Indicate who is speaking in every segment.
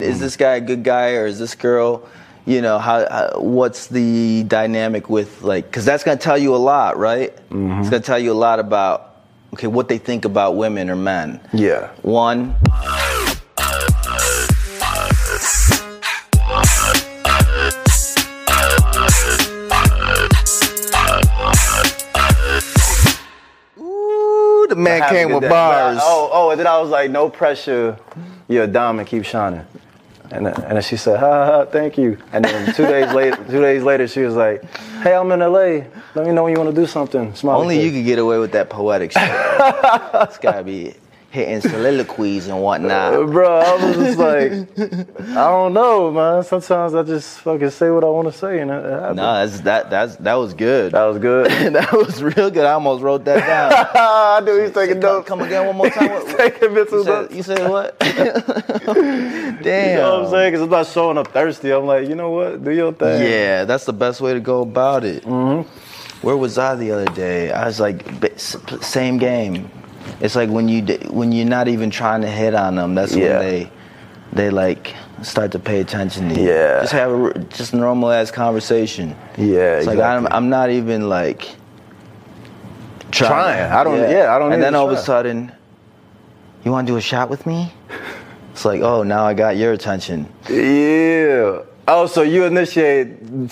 Speaker 1: Hmm.
Speaker 2: Is this guy a good guy or is this girl? You know how, how what's the dynamic with like? Because that's gonna tell you a lot, right?
Speaker 1: Mm-hmm.
Speaker 2: It's gonna tell you a lot about okay what they think about women or men.
Speaker 1: Yeah.
Speaker 2: One,
Speaker 1: Ooh, the man
Speaker 2: Have a
Speaker 1: came
Speaker 2: good
Speaker 1: with
Speaker 2: day.
Speaker 1: bars.
Speaker 2: But I- oh, oh, and then I was like, no pressure. You're a dime and keep shining. And then, and then she said, ha, ha, ha, thank you. And then two days later, two days later, she was like, hey, I'm in LA. Let me know when you want to do something. Smiley
Speaker 3: Only
Speaker 2: face.
Speaker 3: you could get away with that poetic shit. it's gotta be hitting soliloquies and
Speaker 2: Uh,
Speaker 3: whatnot.
Speaker 2: bro, I was just like, I don't know, man. Sometimes I just fucking say what I want to say, and it, it happened.
Speaker 3: No, that's that that's that was good.
Speaker 2: That was good.
Speaker 3: That was real good. I almost wrote that down.
Speaker 2: I knew he was
Speaker 3: come,
Speaker 2: taking dope.
Speaker 3: come again one more time. What-
Speaker 2: He's taking mental
Speaker 3: you, said,
Speaker 2: notes.
Speaker 3: you said what?
Speaker 2: You
Speaker 3: Damn.
Speaker 2: know what I'm saying? Because I'm not showing up thirsty. I'm like, you know what? Do your thing.
Speaker 3: Yeah, that's the best way to go about it.
Speaker 2: Mm-hmm.
Speaker 3: Where was I the other day? I was like, b- s- p- same game. It's like when you d- when you're not even trying to hit on them. That's
Speaker 2: Yeah.
Speaker 3: when they they like start to pay attention to you.
Speaker 2: Yeah.
Speaker 3: just have a r just normal ass conversation.
Speaker 2: Yeah,
Speaker 3: it's like I'm
Speaker 2: exactly.
Speaker 3: I'm not even like trying.
Speaker 2: Trying. I don't- yeah, I don't
Speaker 3: And
Speaker 2: need
Speaker 3: then
Speaker 2: to
Speaker 3: all of
Speaker 2: try.
Speaker 3: a sudden, you want to do a shot with me? It's like, oh, now I got your attention.
Speaker 2: Yeah. Oh, so you initiate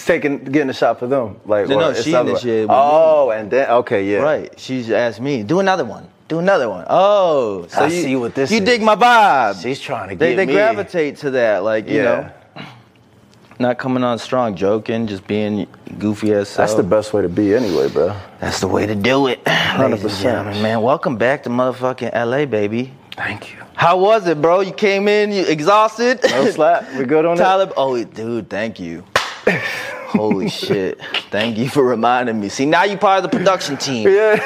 Speaker 2: taking getting a shot for them? Like
Speaker 3: No,
Speaker 2: or
Speaker 3: no,
Speaker 2: it's
Speaker 3: she
Speaker 2: other way.
Speaker 3: initiated with
Speaker 2: Oh, and then okay, yeah.
Speaker 3: Right. She's asked me, do another one. Do another one. Oh, so
Speaker 2: I
Speaker 3: you,
Speaker 2: see what this
Speaker 3: You
Speaker 2: is.
Speaker 3: dig my vibe.
Speaker 2: She's trying to
Speaker 3: they
Speaker 2: get
Speaker 3: they
Speaker 2: me.
Speaker 3: gravitate to that, like you
Speaker 2: Yeah.
Speaker 3: know, not coming on strong, joking, just being goofy as
Speaker 2: That's the
Speaker 3: self.
Speaker 2: best way to be, anyway, bro.
Speaker 3: That's the way to do it, ladies and
Speaker 2: 100%.
Speaker 3: gentlemen. Man, welcome back to motherfucking LA, baby.
Speaker 2: Thank you.
Speaker 3: How was it, bro? You came in, you exhausted.
Speaker 2: No slap. We good on that?
Speaker 3: Tyler, oh, dude, thank you. Holy shit. Thank you for reminding me. See, now you part of the production team.
Speaker 2: Yeah.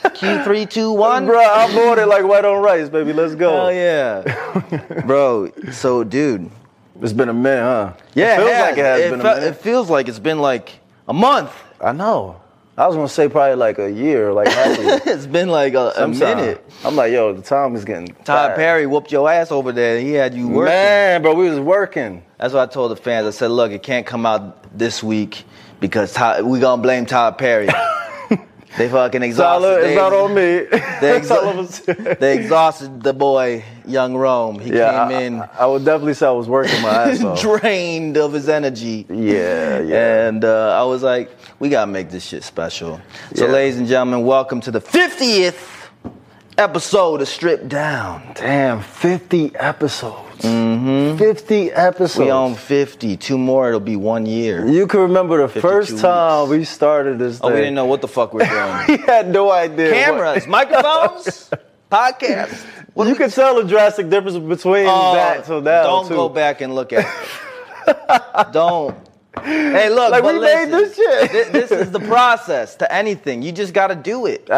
Speaker 3: Q321.
Speaker 2: Bro, I'm ordered like white on rice, baby. Let's go.
Speaker 3: Hell yeah. Bro, so dude.
Speaker 2: It's been a minute, huh?
Speaker 3: Yeah,
Speaker 2: it feels
Speaker 3: has.
Speaker 2: like it has
Speaker 3: It
Speaker 2: been
Speaker 3: fe-
Speaker 2: a minute.
Speaker 3: It feels like it's been like a month.
Speaker 2: I know. I was gonna say probably like a year, like half a year.
Speaker 3: It's been like a, a
Speaker 2: Sometime.
Speaker 3: minute.
Speaker 2: I'm like, yo, the time is getting.
Speaker 3: Todd
Speaker 2: fast.
Speaker 3: Perry whooped your ass over there. He had you working.
Speaker 2: Man, bro, we was working.
Speaker 3: That's what I told the fans. I said, look, it can't come out this week because Todd, we gonna blame Todd Perry. they fucking exhausted.
Speaker 2: Tyler,
Speaker 3: they,
Speaker 2: it's not on me.
Speaker 3: They,
Speaker 2: It's all of us.
Speaker 3: exa- they exhausted the boy, young Rome. He
Speaker 2: Yeah,
Speaker 3: came
Speaker 2: I,
Speaker 3: in
Speaker 2: I, I would definitely say I was working my ass off.
Speaker 3: drained of his energy.
Speaker 2: yeah, yeah.
Speaker 3: And uh, I was like, we gotta make this shit special. So,
Speaker 2: Yeah.
Speaker 3: ladies and gentlemen, welcome to the 50th episode of Strip Down. Mm-hmm.
Speaker 2: Damn, 50 episodes. 50 episodes.
Speaker 3: We own 50. Two more, it'll be one year.
Speaker 2: you can remember the first
Speaker 3: 52
Speaker 2: time
Speaker 3: weeks.
Speaker 2: we started this
Speaker 3: Oh,
Speaker 2: thing.
Speaker 3: we didn't know what the fuck we we're
Speaker 2: we
Speaker 3: doing.
Speaker 2: had no idea. what-
Speaker 3: Cameras, microphones, podcasts. What
Speaker 2: you can tell the drastic difference between
Speaker 3: Oh,
Speaker 2: that to now.
Speaker 3: Don't
Speaker 2: too.
Speaker 3: go back and look at it. don't. Hey, look.
Speaker 2: Like,
Speaker 3: but
Speaker 2: we
Speaker 3: listen,
Speaker 2: made this shit.
Speaker 3: thi- This, is the process to anything. You just got to do it. Just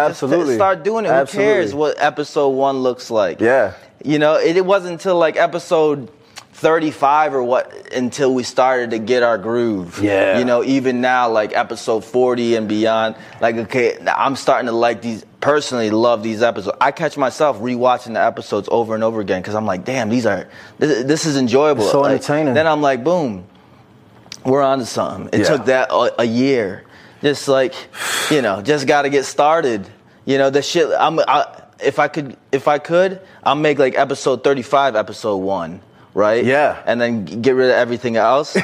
Speaker 3: t-
Speaker 2: Absolutely.
Speaker 3: start doing it. Who cares
Speaker 2: Absolutely.
Speaker 3: what episode one looks like?
Speaker 2: Yeah.
Speaker 3: You know, it, it wasn't until like episode. 35 or what until we started to get our groove.
Speaker 2: Yeah.
Speaker 3: You know, even now, like episode 40 and beyond, like, okay, I'm starting to like these, personally love these episodes. I catch myself rewatching the episodes over and over again because I'm like, damn, these are, this, this is enjoyable.
Speaker 2: It's so
Speaker 3: Like,
Speaker 2: entertaining.
Speaker 3: Then I'm like, boom, we're on to something. It
Speaker 2: Yeah.
Speaker 3: took that uh, a, a year. Just like, you know, just got to get started. You know, the shit. I'm. I, if I could, if I could, I'll make like episode 35, episode one, right?
Speaker 2: Yeah.
Speaker 3: And then g- get rid of everything else.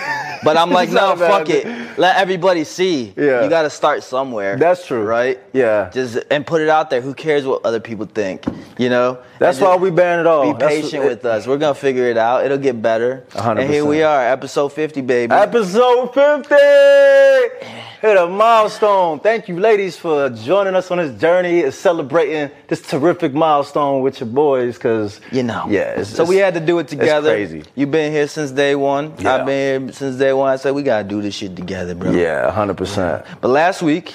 Speaker 3: But I'm like,
Speaker 4: It's
Speaker 3: no,
Speaker 4: not
Speaker 3: fuck
Speaker 4: bad.
Speaker 3: it. Let everybody see.
Speaker 4: Yeah.
Speaker 3: You got to start somewhere.
Speaker 4: That's true.
Speaker 3: Right?
Speaker 4: Yeah.
Speaker 3: Just and put it out there. Who cares what other people think? You know?
Speaker 4: That's
Speaker 3: And
Speaker 4: why
Speaker 3: just
Speaker 4: we ban it all.
Speaker 3: Be
Speaker 4: That's-
Speaker 3: patient with us. We're gonna figure it out. It'll get better.
Speaker 4: hundred
Speaker 3: And here we
Speaker 4: percent.
Speaker 3: are, episode 50, baby.
Speaker 4: Episode 50! Hit a milestone. Thank you, ladies, for joining us on this journey and celebrating this terrific milestone with your boys, because,
Speaker 3: you know.
Speaker 4: Yeah. it's-
Speaker 3: so we
Speaker 4: it's-
Speaker 3: had to do it together.
Speaker 4: It's crazy.
Speaker 3: You've been here since day one.
Speaker 4: Yeah.
Speaker 3: I've been here since day one. I said we gotta do this shit together, bro.
Speaker 4: Yeah, 100%.
Speaker 3: But last week,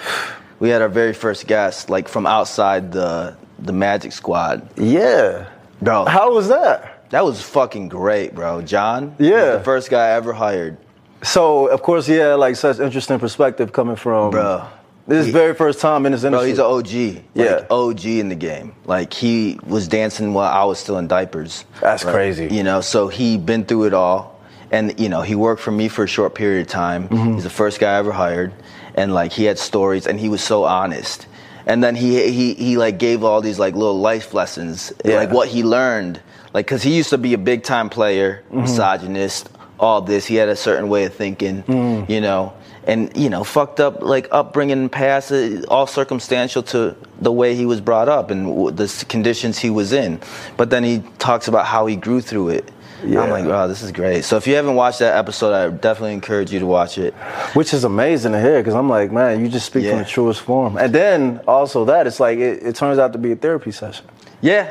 Speaker 3: we had our very first guest, like from outside the the Magic Squad,
Speaker 4: Yeah.
Speaker 3: bro.
Speaker 4: How was that?
Speaker 3: that was fucking great, bro. John, was
Speaker 4: Yeah.
Speaker 3: the first guy I ever hired.
Speaker 4: So, of course, he had, like, such interesting perspective coming from...
Speaker 3: Bruh.
Speaker 4: This is
Speaker 3: He-
Speaker 4: very first time in this
Speaker 3: Bro,
Speaker 4: industry.
Speaker 3: he's an OG.
Speaker 4: Yeah.
Speaker 3: Like OG in the game. Like he was dancing while I was still in diapers.
Speaker 4: That's crazy.
Speaker 3: You know, so he been through it all. And you know, he worked for me for a short period of time.
Speaker 4: Mm-hmm.
Speaker 3: He's the first guy I ever hired. And like he had stories and he was so honest. And then he he he like gave all these like little life lessons,
Speaker 4: Yeah.
Speaker 3: like what he learned. Like cause he used to be a big time player, misogynist, all this. He had a certain way of thinking, you know, and you know, fucked up like upbringing, past, uh, all circumstantial to the way he was brought up and w- the s- conditions he was in. But then he talks about how he grew through it. I'm
Speaker 4: Yeah.
Speaker 3: like, wow, this is great. So if you haven't watched that episode, I definitely encourage you to watch it.
Speaker 4: Which is amazing to hear because I'm like, man, you just speak
Speaker 3: Yeah.
Speaker 4: from the truest form. And then also that it's like it, it turns out to be a therapy session.
Speaker 3: Yeah,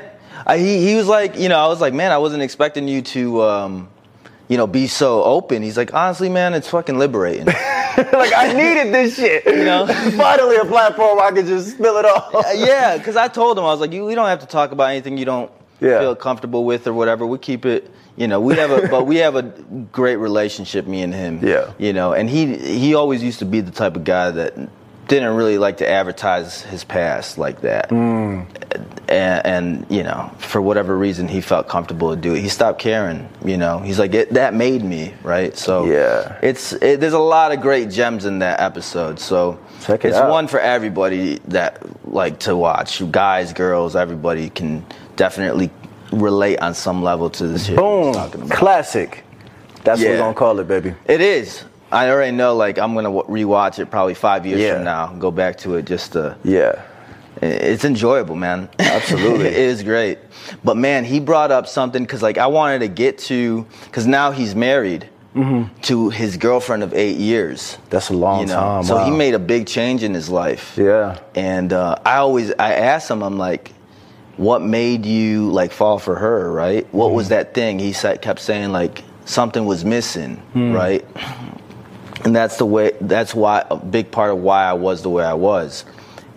Speaker 3: I, he he was like, you know, I was like, man, I wasn't expecting you to. Um, you know, be so open. He's like, honestly, man, it's fucking liberating.
Speaker 4: like I needed this shit. You
Speaker 3: know?
Speaker 4: finally a platform I could just spill it all.
Speaker 3: Uh, yeah, because I told him I was like, you, we don't have to talk about anything you don't
Speaker 4: Yeah.
Speaker 3: feel comfortable with or whatever. We keep it, you know. We have a, but we have a great relationship, me and him.
Speaker 4: Yeah.
Speaker 3: you know, and he he always used to be the type of guy that didn't really like to advertise his past like that.
Speaker 4: Mm.
Speaker 3: And, and you know, for whatever reason, he felt comfortable to do it. He stopped caring. You know, he's like, it, that made me right. So
Speaker 4: Yeah.
Speaker 3: it's it, there's a lot of great gems in that episode. So
Speaker 4: Check it
Speaker 3: it's
Speaker 4: out.
Speaker 3: one for everybody that like to watch. Guys, girls, everybody can definitely relate on some level to this shit. we're
Speaker 4: Boom.
Speaker 3: talking about.
Speaker 4: Classic. That's what
Speaker 3: Yeah.
Speaker 4: we're gonna call it, baby.
Speaker 3: It is. I already know. Like I'm gonna wa- rewatch it probably five years
Speaker 4: Yeah.
Speaker 3: from now. and Go back to it just to.
Speaker 4: Yeah.
Speaker 3: It's enjoyable, man.
Speaker 4: Absolutely.
Speaker 3: it is great. But man, he brought up something because like I wanted to get to because now he's married to his girlfriend of eight years.
Speaker 4: That's a Mm-hmm. long
Speaker 3: you know,
Speaker 4: time.
Speaker 3: so he
Speaker 4: wow.
Speaker 3: made a big change in his life.
Speaker 4: Yeah.
Speaker 3: And uh, I always I asked him, I'm like, what made you like fall for her, right? What was that thing? He said, kept saying like something was missing, right? And that's the way. That's why a big part of why I was the way I was.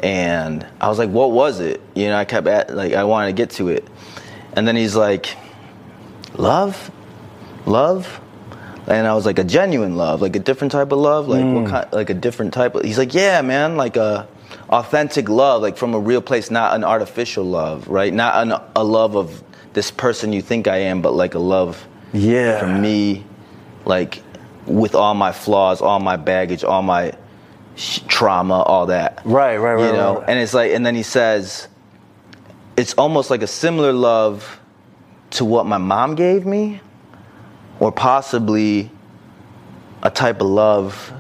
Speaker 3: And I was like, what was it? You know, I kept at, like I wanted to get to it. And then he's like, love, love. And I was like, a genuine love, like a different type of love, like what kind, like a different type of. He's like, yeah, man, like a authentic love, like from a real place, not an artificial love, right? Not an, a love of this person you think I am, but like a love
Speaker 4: Yeah.
Speaker 3: for me, like with all my flaws, all my baggage, all my sh- trauma, all that.
Speaker 4: Right, right, right,
Speaker 3: You know,
Speaker 4: right, right.
Speaker 3: and it's like, and then he says, it's almost like a similar love to what my mom gave me, or possibly a type of love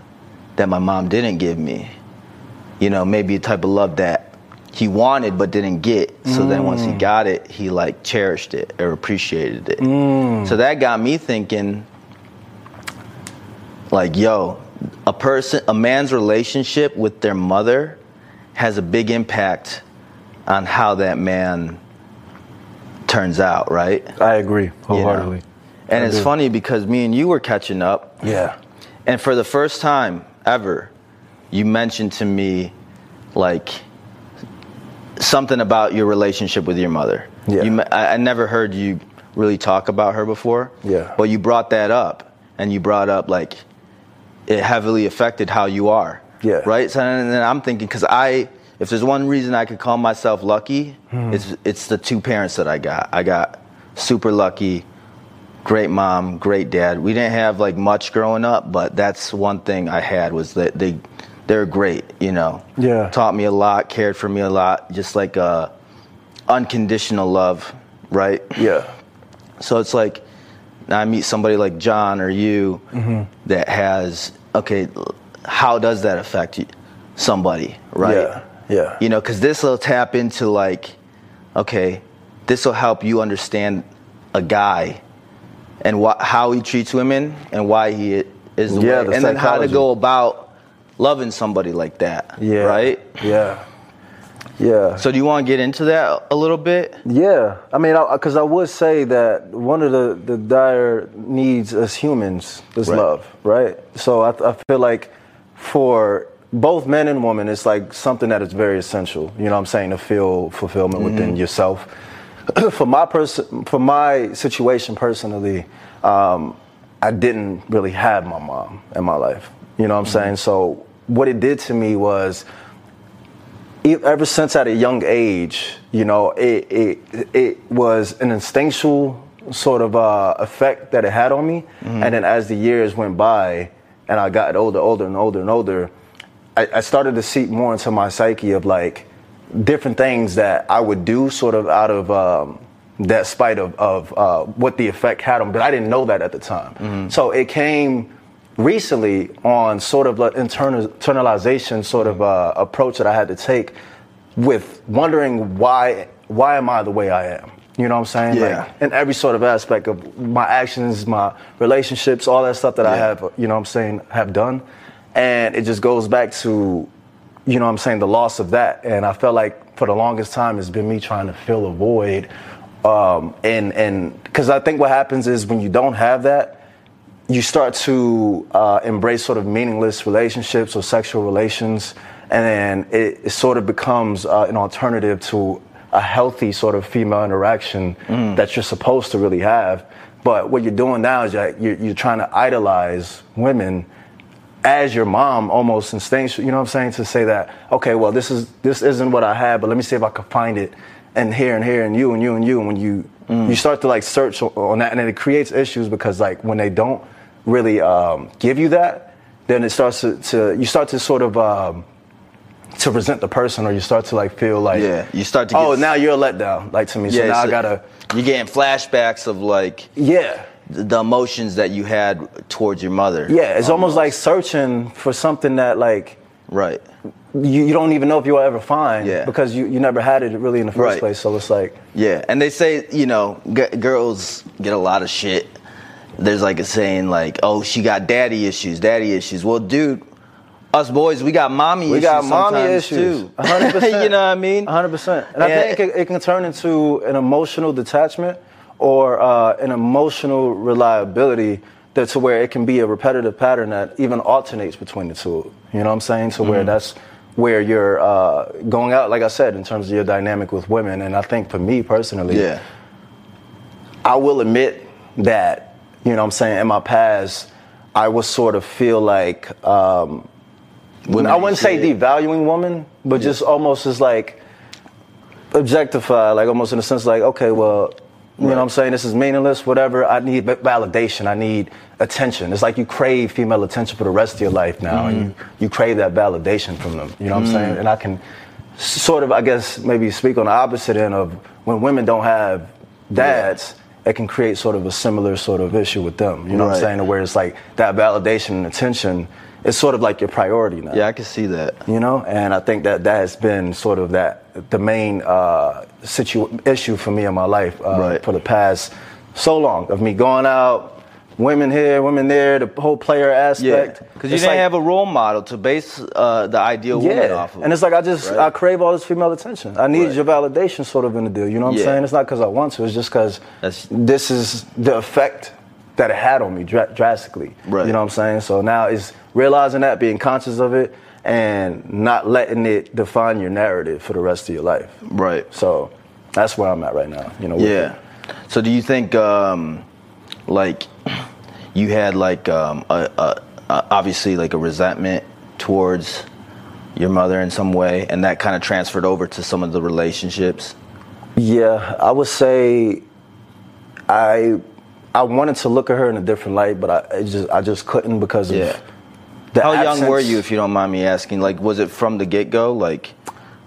Speaker 3: that my mom didn't give me. You know, maybe a type of love that he wanted but didn't get. So then once
Speaker 4: Mm.
Speaker 3: he got it, he like cherished it or appreciated it.
Speaker 4: Mm.
Speaker 3: So that got me thinking like, yo, a person a man's relationship with their mother has a big impact on how that man turns out, right? You know?
Speaker 4: I agree wholeheartedly.
Speaker 3: And
Speaker 4: Oh, I
Speaker 3: it's
Speaker 4: do.
Speaker 3: funny because me and you were catching up
Speaker 4: Yeah.
Speaker 3: and for the first time ever, you mentioned to me like something about your relationship with your mother.
Speaker 4: Yeah.
Speaker 3: You, me- I, I never heard you really talk about her before.
Speaker 4: Yeah.
Speaker 3: But you brought that up, and you brought up like it heavily affected how you are.
Speaker 4: Yeah.
Speaker 3: Right. So and then I'm thinking because I, if there's one reason I could call myself lucky,
Speaker 4: Hmm.
Speaker 3: it's it's the two parents that I got. I got super lucky great mom, great dad. We didn't have like much growing up, but that's one thing I had was that they they're great, you know.
Speaker 4: Yeah.
Speaker 3: Taught me a lot, cared for me a lot, just like uh unconditional love, right?
Speaker 4: Yeah.
Speaker 3: So it's like Now I meet somebody like John or you that has okay. l- How does that affect you, somebody? Right.
Speaker 2: Yeah, yeah.
Speaker 3: You know, because this will tap into like, okay, this will help you understand a guy and wh- how he treats women and why he i- is the
Speaker 2: Yeah,
Speaker 3: way,
Speaker 2: the
Speaker 3: and then how to
Speaker 2: psychology.
Speaker 3: go about loving somebody like that.
Speaker 2: Yeah.
Speaker 3: Right.
Speaker 2: Yeah. Yeah.
Speaker 3: So do you want to get into that a little bit?
Speaker 2: Yeah, I mean, because I, would say that one of the, the dire needs as humans is
Speaker 3: Right.
Speaker 2: love, right? So I, I feel like for both men and women, it's like something that is very essential. You know what I'm saying? To feel fulfillment within yourself. for my person, for my situation personally, um, I didn't really have my mom in my life. You know what I'm saying? So what it did to me was e- ever since at a young age, you know, it it it was an instinctual sort of uh, effect that it had on me. And then as the years went by, and I got older, older and older and older, I, I started to seep more into my psyche of like different things that I would do, sort of out of. Um, that spite of, of uh, what the effect had on me, but I didn't know that at the time. So it came recently on sort of an internal, internalization sort of uh, approach that I had to take with wondering why why am I the way I am? You know what I'm saying?
Speaker 3: Yeah.
Speaker 2: Like in every sort of aspect of my actions, my relationships, all that stuff that I
Speaker 3: Yeah.
Speaker 2: have, you know what I'm saying, have done. And it just goes back to, you know what I'm saying, the loss of that. And I felt like for the longest time it's been me trying to fill a void. Um, and and because I think what happens is when you don't have that, you start to uh, embrace sort of meaningless relationships or sexual relations, and then it, it sort of becomes uh, an alternative to a healthy sort of female interaction that you're supposed to really have. But what you're doing now is that you're, you're trying to idolize women as your mom almost instinctual you know what i'm saying to say that okay well this is this isn't what i had but let me see if i can find it and here and here and you and you and you and when you you start to like search o- on that and then it creates issues because like when they don't really um, give you that then it starts to, to you start to sort of um, to resent the person or you start to like feel like
Speaker 3: Yeah, you start to
Speaker 2: oh
Speaker 3: get-
Speaker 2: now you're a letdown like to me so now i
Speaker 3: so
Speaker 2: gotta
Speaker 3: You're getting flashbacks of like
Speaker 2: yeah
Speaker 3: th- the emotions that you had towards your mother.
Speaker 2: yeah it's almost like searching for something that like
Speaker 3: Right.
Speaker 2: you, you don't even know if you'll ever find
Speaker 3: Yeah.
Speaker 2: because you, you never had it really in the first
Speaker 3: Right.
Speaker 2: place. So it's like,
Speaker 3: Yeah, and they say you know g- girls get a lot of shit. There's like a saying like, "Oh, she got daddy issues, daddy issues." Well, dude, us boys, we got mommy
Speaker 2: We
Speaker 3: issues.
Speaker 2: got mommy
Speaker 3: sometimes,
Speaker 2: issues.
Speaker 3: too.
Speaker 2: 100%.
Speaker 3: you know what I mean?
Speaker 2: 100%. And I
Speaker 3: Yeah.
Speaker 2: think it, it can turn into an emotional detachment or uh, an emotional reliability that to where it can be a repetitive pattern that even alternates between the two. You know what I'm saying? To
Speaker 3: Mm-hmm.
Speaker 2: where that's where you're uh, going out, like I said, in terms of your dynamic with women. And I think for me personally,
Speaker 3: Yeah,
Speaker 2: I will admit that, you know what I'm saying, in my past, I would sort of feel like, um,
Speaker 3: Women
Speaker 2: I
Speaker 3: ain't
Speaker 2: wouldn't say
Speaker 3: shit.
Speaker 2: devaluing woman, but just almost as like objectified, like almost in a sense like, okay, well, you know what I'm saying, this is meaningless, whatever. I need va- validation, I need attention. It's like you crave female attention for the rest of your life now, and you, you crave that validation from them, you know what I'm saying? And I can s- sort of, I guess, maybe speak on the opposite end of when women don't have dads. It can create sort of a similar sort of issue with them, you know what I'm
Speaker 3: Right.
Speaker 2: saying? Where it's like that validation and attention is sort of like your priority now
Speaker 3: yeah, I can see that.
Speaker 2: you know and i think that that has been sort of that the main uh situ- issue for me in my life uh,
Speaker 3: Right.
Speaker 2: for the past so long of me going out women here women there the whole player aspect
Speaker 3: because you
Speaker 2: It's
Speaker 3: didn't
Speaker 2: like-
Speaker 3: have a role model to base uh, the ideal woman
Speaker 2: yeah,
Speaker 3: off of.
Speaker 2: and it's like I just
Speaker 3: right?
Speaker 2: I crave all this female attention. I need
Speaker 3: Right.
Speaker 2: your validation, sort of in the deal. You know what I'm
Speaker 3: Yeah.
Speaker 2: saying? It's not because I want to. It's just because
Speaker 3: That's-
Speaker 2: this is the effect that it had on me dra- drastically.
Speaker 3: Right.
Speaker 2: You know what I'm saying? So now it's realizing that, being conscious of it, and not letting it define your narrative for the rest of your life.
Speaker 3: Right.
Speaker 2: So that's where I'm at right now. You know. with
Speaker 3: Yeah.
Speaker 2: it.
Speaker 3: So do you think um, like you had like um, a, a, a, obviously like a resentment towards your mother in some way, and that kind of transferred over to some of the relationships?
Speaker 2: Yeah, I would say I I wanted to look at her in a different light, but I, I just I just couldn't because of
Speaker 3: Yeah.
Speaker 2: the
Speaker 3: How young were
Speaker 2: absence-
Speaker 3: you, if you don't mind me asking? Like, was it from the get go? Like,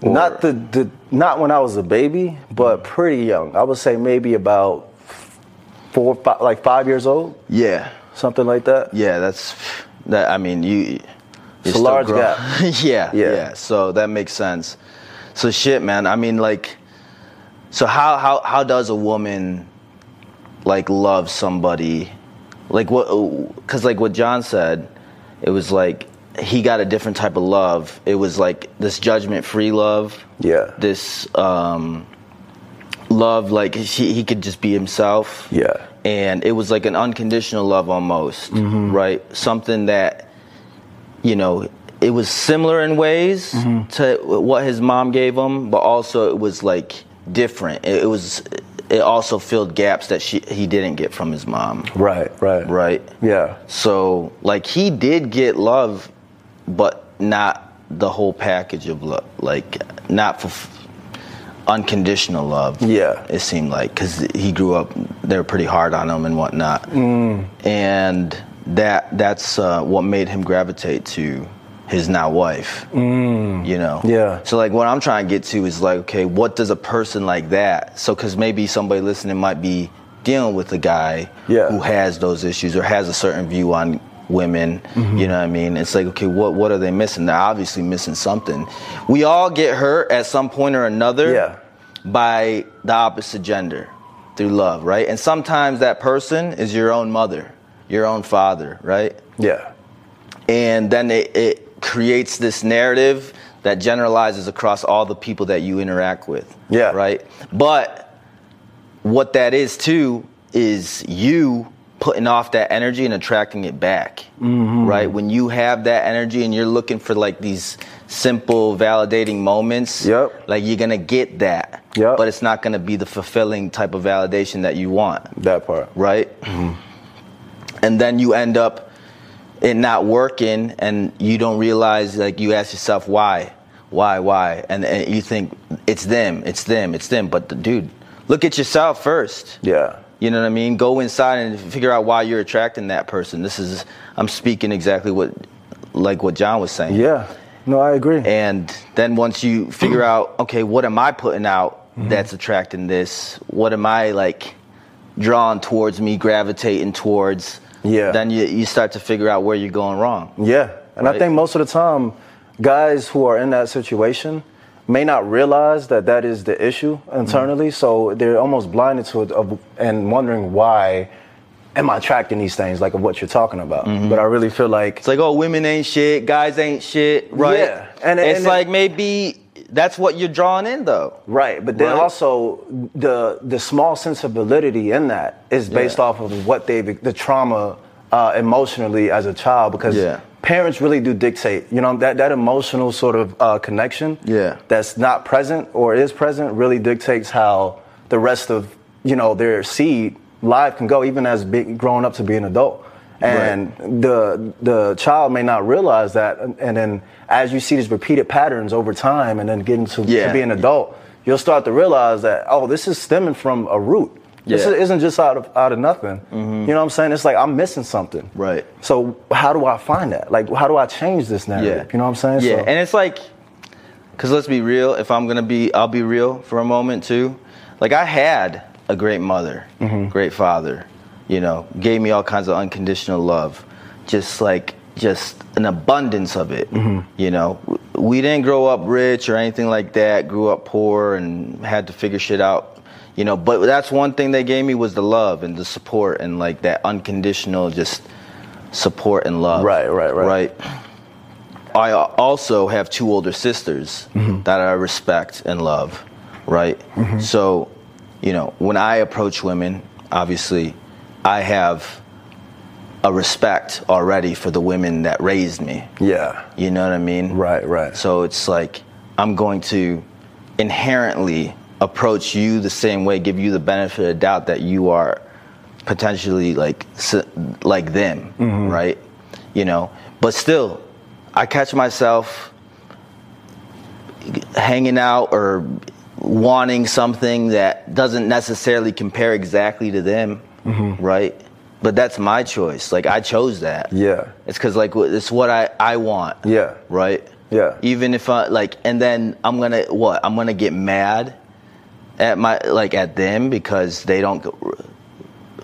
Speaker 3: or- Mm.
Speaker 2: Not the, the not when I was a baby, but pretty young. I would say maybe about four, five, like five years old,
Speaker 3: Yeah,
Speaker 2: something like that.
Speaker 3: yeah. That's that. I mean, you.
Speaker 2: It's a
Speaker 3: still
Speaker 2: large
Speaker 3: grow-
Speaker 2: gap.
Speaker 3: yeah, yeah,
Speaker 2: Yeah.
Speaker 3: So that makes sense. So shit, man. I mean, like, so how how how does a woman like love somebody? Like what? Because like what John said, it was like he got a different type of love. It was like this judgment free love.
Speaker 2: Yeah.
Speaker 3: This um love like he, he could just be himself
Speaker 2: Yeah.
Speaker 3: and it was like an unconditional love almost right something that you know it was similar in ways to what his mom gave him but also it was like different it, it was it also filled gaps that she he didn't get from his mom
Speaker 2: Right, right,
Speaker 3: right
Speaker 2: Yeah,
Speaker 3: so like he did get love but not the whole package of love like not for unconditional love
Speaker 2: Yeah.
Speaker 3: it seemed like because he grew up they were pretty hard on him and whatnot
Speaker 2: Mm.
Speaker 3: and that that's uh, what made him gravitate to his now wife you know
Speaker 2: Mm. Yeah.
Speaker 3: so like what i'm trying to get to is like okay what does a person like that so because maybe somebody listening might be dealing with a guy
Speaker 2: Yeah.
Speaker 3: who has those issues or has a certain view on women you know what i mean it's like okay what what are they missing they're obviously missing something we all get hurt at some point or another
Speaker 2: Yeah.
Speaker 3: by the opposite gender through love right and sometimes that person is your own mother your own father right
Speaker 2: yeah,
Speaker 3: and then it, it creates this narrative that generalizes across all the people that you interact with.
Speaker 2: Yeah.
Speaker 3: Right? But what that is too is you putting off that energy and attracting it back.
Speaker 2: Mm-hmm.
Speaker 3: Right? When you have that energy and you're looking for like these simple validating moments,
Speaker 2: Yep.
Speaker 3: like you're going to get that.
Speaker 2: Yep.
Speaker 3: But it's not going to be the fulfilling type of validation that you want
Speaker 2: that part.
Speaker 3: right? And then you end up it not working, and you don't realize. Like you ask yourself, why, why, why, and, and you think it's them, it's them, it's them. But the, dude, look at yourself first.
Speaker 2: Yeah,
Speaker 3: You know what I mean? Go inside and figure out why you're attracting that person. This is I'm speaking exactly what like what John was saying.
Speaker 2: yeah. No, I agree.
Speaker 3: And then once you figure out, okay, what am I putting out
Speaker 2: Mm-hmm.
Speaker 3: that's attracting this? What am I like drawn towards me, gravitating towards?
Speaker 2: Yeah.
Speaker 3: Then you, you start to figure out where you're going wrong.
Speaker 2: Yeah, and I
Speaker 3: Right.
Speaker 2: think most of the time, guys who are in that situation may not realize that that is the issue internally. So they're almost blinded to it of, and wondering why am I attracting these things, like of what you're talking about. But I really feel like
Speaker 3: It's like, oh, women ain't shit, guys ain't shit, right?
Speaker 2: Yeah. And-
Speaker 3: And it's
Speaker 2: and-
Speaker 3: like maybe that's what you're drawn in though.
Speaker 2: Right, but then
Speaker 3: Right.
Speaker 2: also the the small sense of validity in that is based
Speaker 3: Yeah.
Speaker 2: off of what they the trauma uh, emotionally as a child because
Speaker 3: Yeah.
Speaker 2: parents really do dictate. You know that that emotional sort of uh, connection
Speaker 3: Yeah.
Speaker 2: that's not present or is present really dictates how the rest of you know their seed life can go even as big, growing up to be an adult. And the the child may not realize that, and and then as you see these repeated patterns over time, and then getting to to
Speaker 3: Yeah.
Speaker 2: be an adult, you'll start to realize that oh, this is stemming from a root. This
Speaker 3: Yeah. Mm-hmm.
Speaker 2: isn't just out of out of nothing. You know what I'm saying? It's like I'm missing something.
Speaker 3: Right.
Speaker 2: So how do I find that? Like how do I change this narrative? You know what I'm saying?
Speaker 3: Yeah,
Speaker 2: So-
Speaker 3: and it's like, cause let's be real. If I'm gonna be, I'll be real for a moment too. Like I had a great mother,
Speaker 2: Mm-hmm.
Speaker 3: great father. You know, gave me all kinds of unconditional love, just like just an abundance of it.
Speaker 2: Mm-hmm.
Speaker 3: You know, W- we didn't grow up rich or anything like that. Grew up poor and had to figure shit out. You know, but that's one thing they gave me was the love and the support and like that unconditional just support and love.
Speaker 2: Right, right, right.
Speaker 3: Right. I also have two older sisters
Speaker 2: Mm-hmm.
Speaker 3: that I respect and love, right? So, you know, when I approach women, obviously, I have a respect already for the women that raised me.
Speaker 2: yeah.
Speaker 3: You know what I mean?
Speaker 2: Right, right.
Speaker 3: So it's like I'm going to inherently approach you the same way, give you the benefit of doubt that you are potentially like s- like them,
Speaker 2: Mm-hmm.
Speaker 3: right? You know, but still, I catch myself hanging out or wanting something that doesn't necessarily compare exactly to them,
Speaker 2: Mm-hmm.
Speaker 3: right? But that's my choice. Like I chose that.
Speaker 2: Yeah.
Speaker 3: It's because like wh- it's what I I want.
Speaker 2: Yeah.
Speaker 3: Right.
Speaker 2: Yeah.
Speaker 3: Even if I like, and then I'm gonna what? I'm gonna get mad at my like at them because they don't go-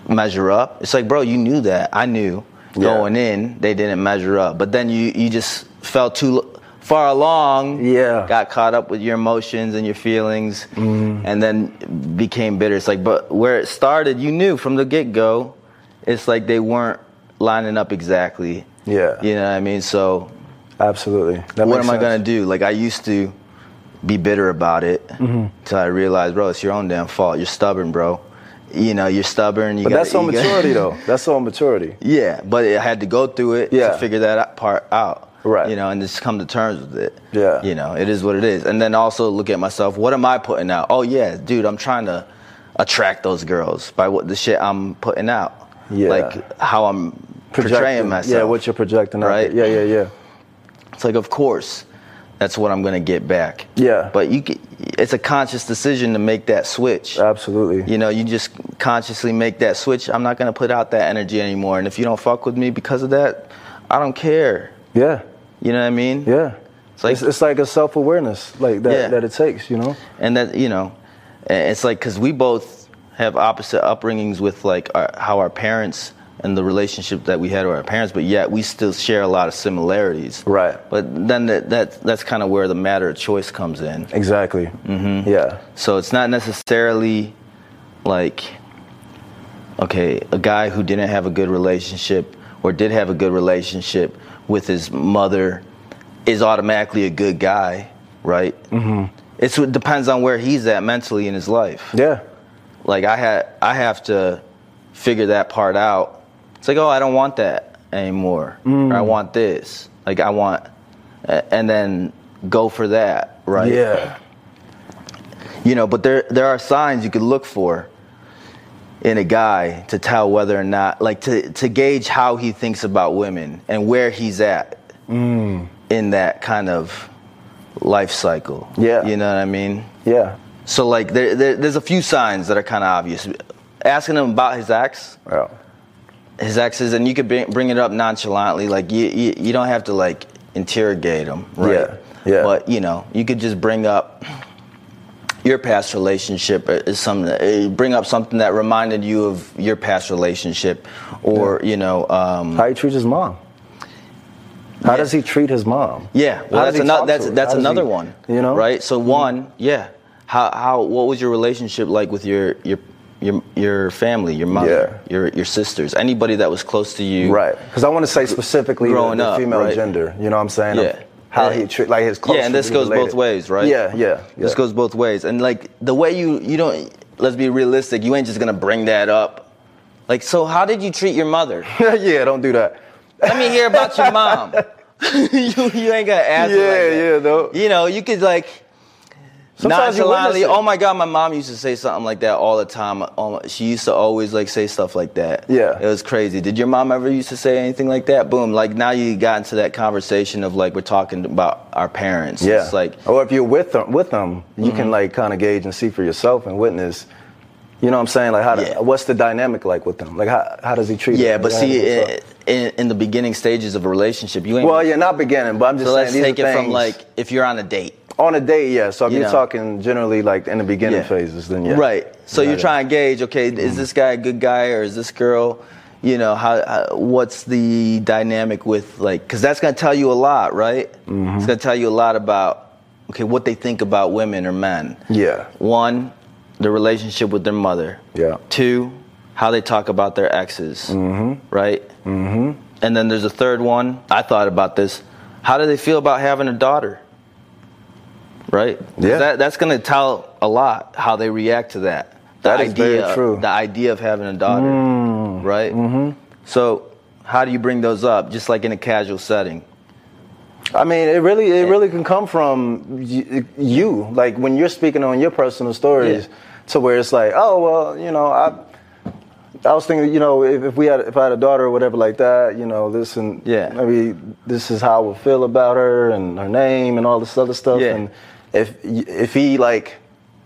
Speaker 3: measure up. It's like, bro, you knew that. I knew going in they didn't measure up, but then you you just fell too l- far along.
Speaker 2: Yeah.
Speaker 3: got caught up with your emotions and your feelings,
Speaker 2: Mm-hmm.
Speaker 3: and then became bitter. It's like, but where it started, you knew from the get go. It's like they weren't lining up exactly.
Speaker 2: Yeah.
Speaker 3: you know what I mean. So
Speaker 2: Absolutely. That
Speaker 3: what am
Speaker 2: makes
Speaker 3: I gonna
Speaker 2: sense.
Speaker 3: do? Like I used to be bitter about it
Speaker 2: Mm-hmm.
Speaker 3: until I realized, bro, it's your own damn fault. You're stubborn, bro. You know, you're stubborn. You
Speaker 2: But
Speaker 3: gotta-
Speaker 2: that's on
Speaker 3: you gotta-
Speaker 2: maturity, though. That's on maturity.
Speaker 3: yeah, but I had to go through it
Speaker 2: Yeah.
Speaker 3: to figure that out- part out.
Speaker 2: Right.
Speaker 3: You know, and just come to terms with it.
Speaker 2: Yeah.
Speaker 3: You know, it is what it is. And then also look at myself. What am I putting out? Oh yeah, dude, I'm trying to attract those girls by what the shit I'm putting out.
Speaker 2: Yeah.
Speaker 3: Like how I'm portraying
Speaker 2: Projecting-
Speaker 3: myself.
Speaker 2: Yeah, what you're projecting. out
Speaker 3: Right?
Speaker 2: there. Yeah, yeah, yeah.
Speaker 3: It's like, of course, that's what I'm gonna get back.
Speaker 2: Yeah.
Speaker 3: But you, ca- it's a conscious decision to make that switch.
Speaker 2: Absolutely.
Speaker 3: You know, you just consciously make that switch. I'm not gonna put out that energy anymore. And if you don't fuck with me because of that, I don't care.
Speaker 2: Yeah,
Speaker 3: You know what I mean?
Speaker 2: yeah.
Speaker 3: It's like,
Speaker 2: it's, it's like a self awareness, like that,
Speaker 3: Yeah.
Speaker 2: that it takes, you know.
Speaker 3: and that you know, and it's like because we both have opposite upbringings with like our, how our parents and the relationship that we had with our parents, but yet we still share a lot of similarities.
Speaker 2: Right.
Speaker 3: But then that, that that's kind of where the matter of choice comes in.
Speaker 2: Exactly. Mm-hmm. Yeah.
Speaker 3: So it's not necessarily like, okay, a guy who didn't have a good relationship or did have a good relationship with his mother is automatically a good guy, right? Mm-hmm. It's, it depends on where he's at mentally in his life.
Speaker 2: Yeah.
Speaker 3: Like I had, I have to figure that part out. It's like, oh, I don't want that anymore. Or I want this. Like I want, a- and then go for that, right?
Speaker 2: Yeah.
Speaker 3: You know, but there there are signs you could look for in a guy to tell whether or not like to to gauge how he thinks about women and where he's at in that kind of life cycle.
Speaker 2: Yeah.
Speaker 3: You know what I mean?
Speaker 2: Yeah.
Speaker 3: So like there, there there's a few signs that are kind of obvious. Asking him about his ex,
Speaker 2: Yeah.
Speaker 3: his exes, and you could bring, bring it up nonchalantly. Like you, you, you don't have to like interrogate them, right?
Speaker 2: Yeah, yeah.
Speaker 3: But you know, you could just bring up your past relationship uh, is something. eh, Bring up something that reminded you of your past relationship, or you know, um,
Speaker 2: How he treats his mom. How does he treat his mom?
Speaker 3: Yeah, well,
Speaker 2: How does
Speaker 3: that's
Speaker 2: he
Speaker 3: another
Speaker 2: talk
Speaker 3: that's
Speaker 2: to her?
Speaker 3: that's
Speaker 2: How does
Speaker 3: another
Speaker 2: he-
Speaker 3: one.
Speaker 2: You know,
Speaker 3: right? So one, yeah. How how what was your relationship like with your your your your family, your mother,
Speaker 2: Yeah.
Speaker 3: your your sisters, anybody that was close to you,
Speaker 2: Right. Because I want to say specifically the-
Speaker 3: growing
Speaker 2: the
Speaker 3: up,
Speaker 2: female
Speaker 3: right.
Speaker 2: gender. You know what I'm saying?
Speaker 3: Yeah.
Speaker 2: How
Speaker 3: Yeah.
Speaker 2: he treat like his close.
Speaker 3: Yeah, and this goes both ways, right?
Speaker 2: Yeah. Yeah.
Speaker 3: This
Speaker 2: yeah.
Speaker 3: goes both ways, and like the way you you don't let's be realistic, you ain't just gonna bring that up. Like, so how did you treat your mother?
Speaker 2: yeah. Don't do that.
Speaker 3: Let me hear about your mom. you you ain't gonna ask. it like
Speaker 2: Yeah,
Speaker 3: that.
Speaker 2: yeah, though.
Speaker 3: You know, you could like.
Speaker 2: Sometimes you
Speaker 3: nonchalantly.
Speaker 2: witness it.
Speaker 3: Oh my God, my mom used to say something like that all the time. Oh, my- she used to always like say stuff like that.
Speaker 2: Yeah.
Speaker 3: it was crazy. Did your mom ever used to say anything like that? Boom! Like now you got into that conversation of like we're talking about our parents.
Speaker 2: Yeah.
Speaker 3: it's like Mm-hmm.
Speaker 2: or if you're with them, with them, you can like kind of gauge and see for yourself and witness. You know what I'm saying? Like, how? do-
Speaker 3: Yeah.
Speaker 2: what's the dynamic like with them? Like, how, how does he treat?
Speaker 3: yeah,
Speaker 2: them?
Speaker 3: but
Speaker 2: How does
Speaker 3: see,
Speaker 2: he
Speaker 3: i
Speaker 2: talk?
Speaker 3: in, in the beginning stages of a relationship, you ain't.
Speaker 2: well, yeah, not beginning, but I'm just
Speaker 3: so
Speaker 2: saying
Speaker 3: let's
Speaker 2: these
Speaker 3: take
Speaker 2: are
Speaker 3: it
Speaker 2: things
Speaker 3: from like if you're on a date.
Speaker 2: on a date. Yeah, so if
Speaker 3: You
Speaker 2: you are
Speaker 3: know.
Speaker 2: talking generally like in the beginning
Speaker 3: Yeah.
Speaker 2: phases, then yeah, Mm-hmm.
Speaker 3: Right. So
Speaker 2: Yeah,
Speaker 3: you're
Speaker 2: yeah.
Speaker 3: trying to gauge, okay, is this guy a good guy or is this girl, you know, how, how what's the dynamic with like cuz that's going to tell you a lot, right?
Speaker 2: Mm-hmm.
Speaker 3: It's going to tell you a lot about okay, what they think about women or men.
Speaker 2: Yeah.
Speaker 3: One, the relationship with their mother.
Speaker 2: Yeah.
Speaker 3: Two, how they talk about their exes. Mm-hmm. Right? Mhm.
Speaker 2: Mm-hmm.
Speaker 3: And then there's a third one. I thought about this. How do they feel about having a daughter? right? 'Cause
Speaker 2: Yeah.
Speaker 3: That, that's going to tell a lot how they react to that. The
Speaker 2: That is very
Speaker 3: idea,
Speaker 2: true. Mm.
Speaker 3: The idea of having a daughter, right? Mm-hmm. So, how do you bring those up? Just like in a casual setting.
Speaker 2: I mean, it really, it really can come from y- you, like when you're speaking on your personal stories, to where it's like, oh well, you know, I, I was thinking, you know, if, if we had, if I had a daughter or whatever like that, you know, this and
Speaker 3: Yeah.
Speaker 2: maybe this is how I would feel about her and her name and all this other stuff,
Speaker 3: Yeah.
Speaker 2: and if y- if he like.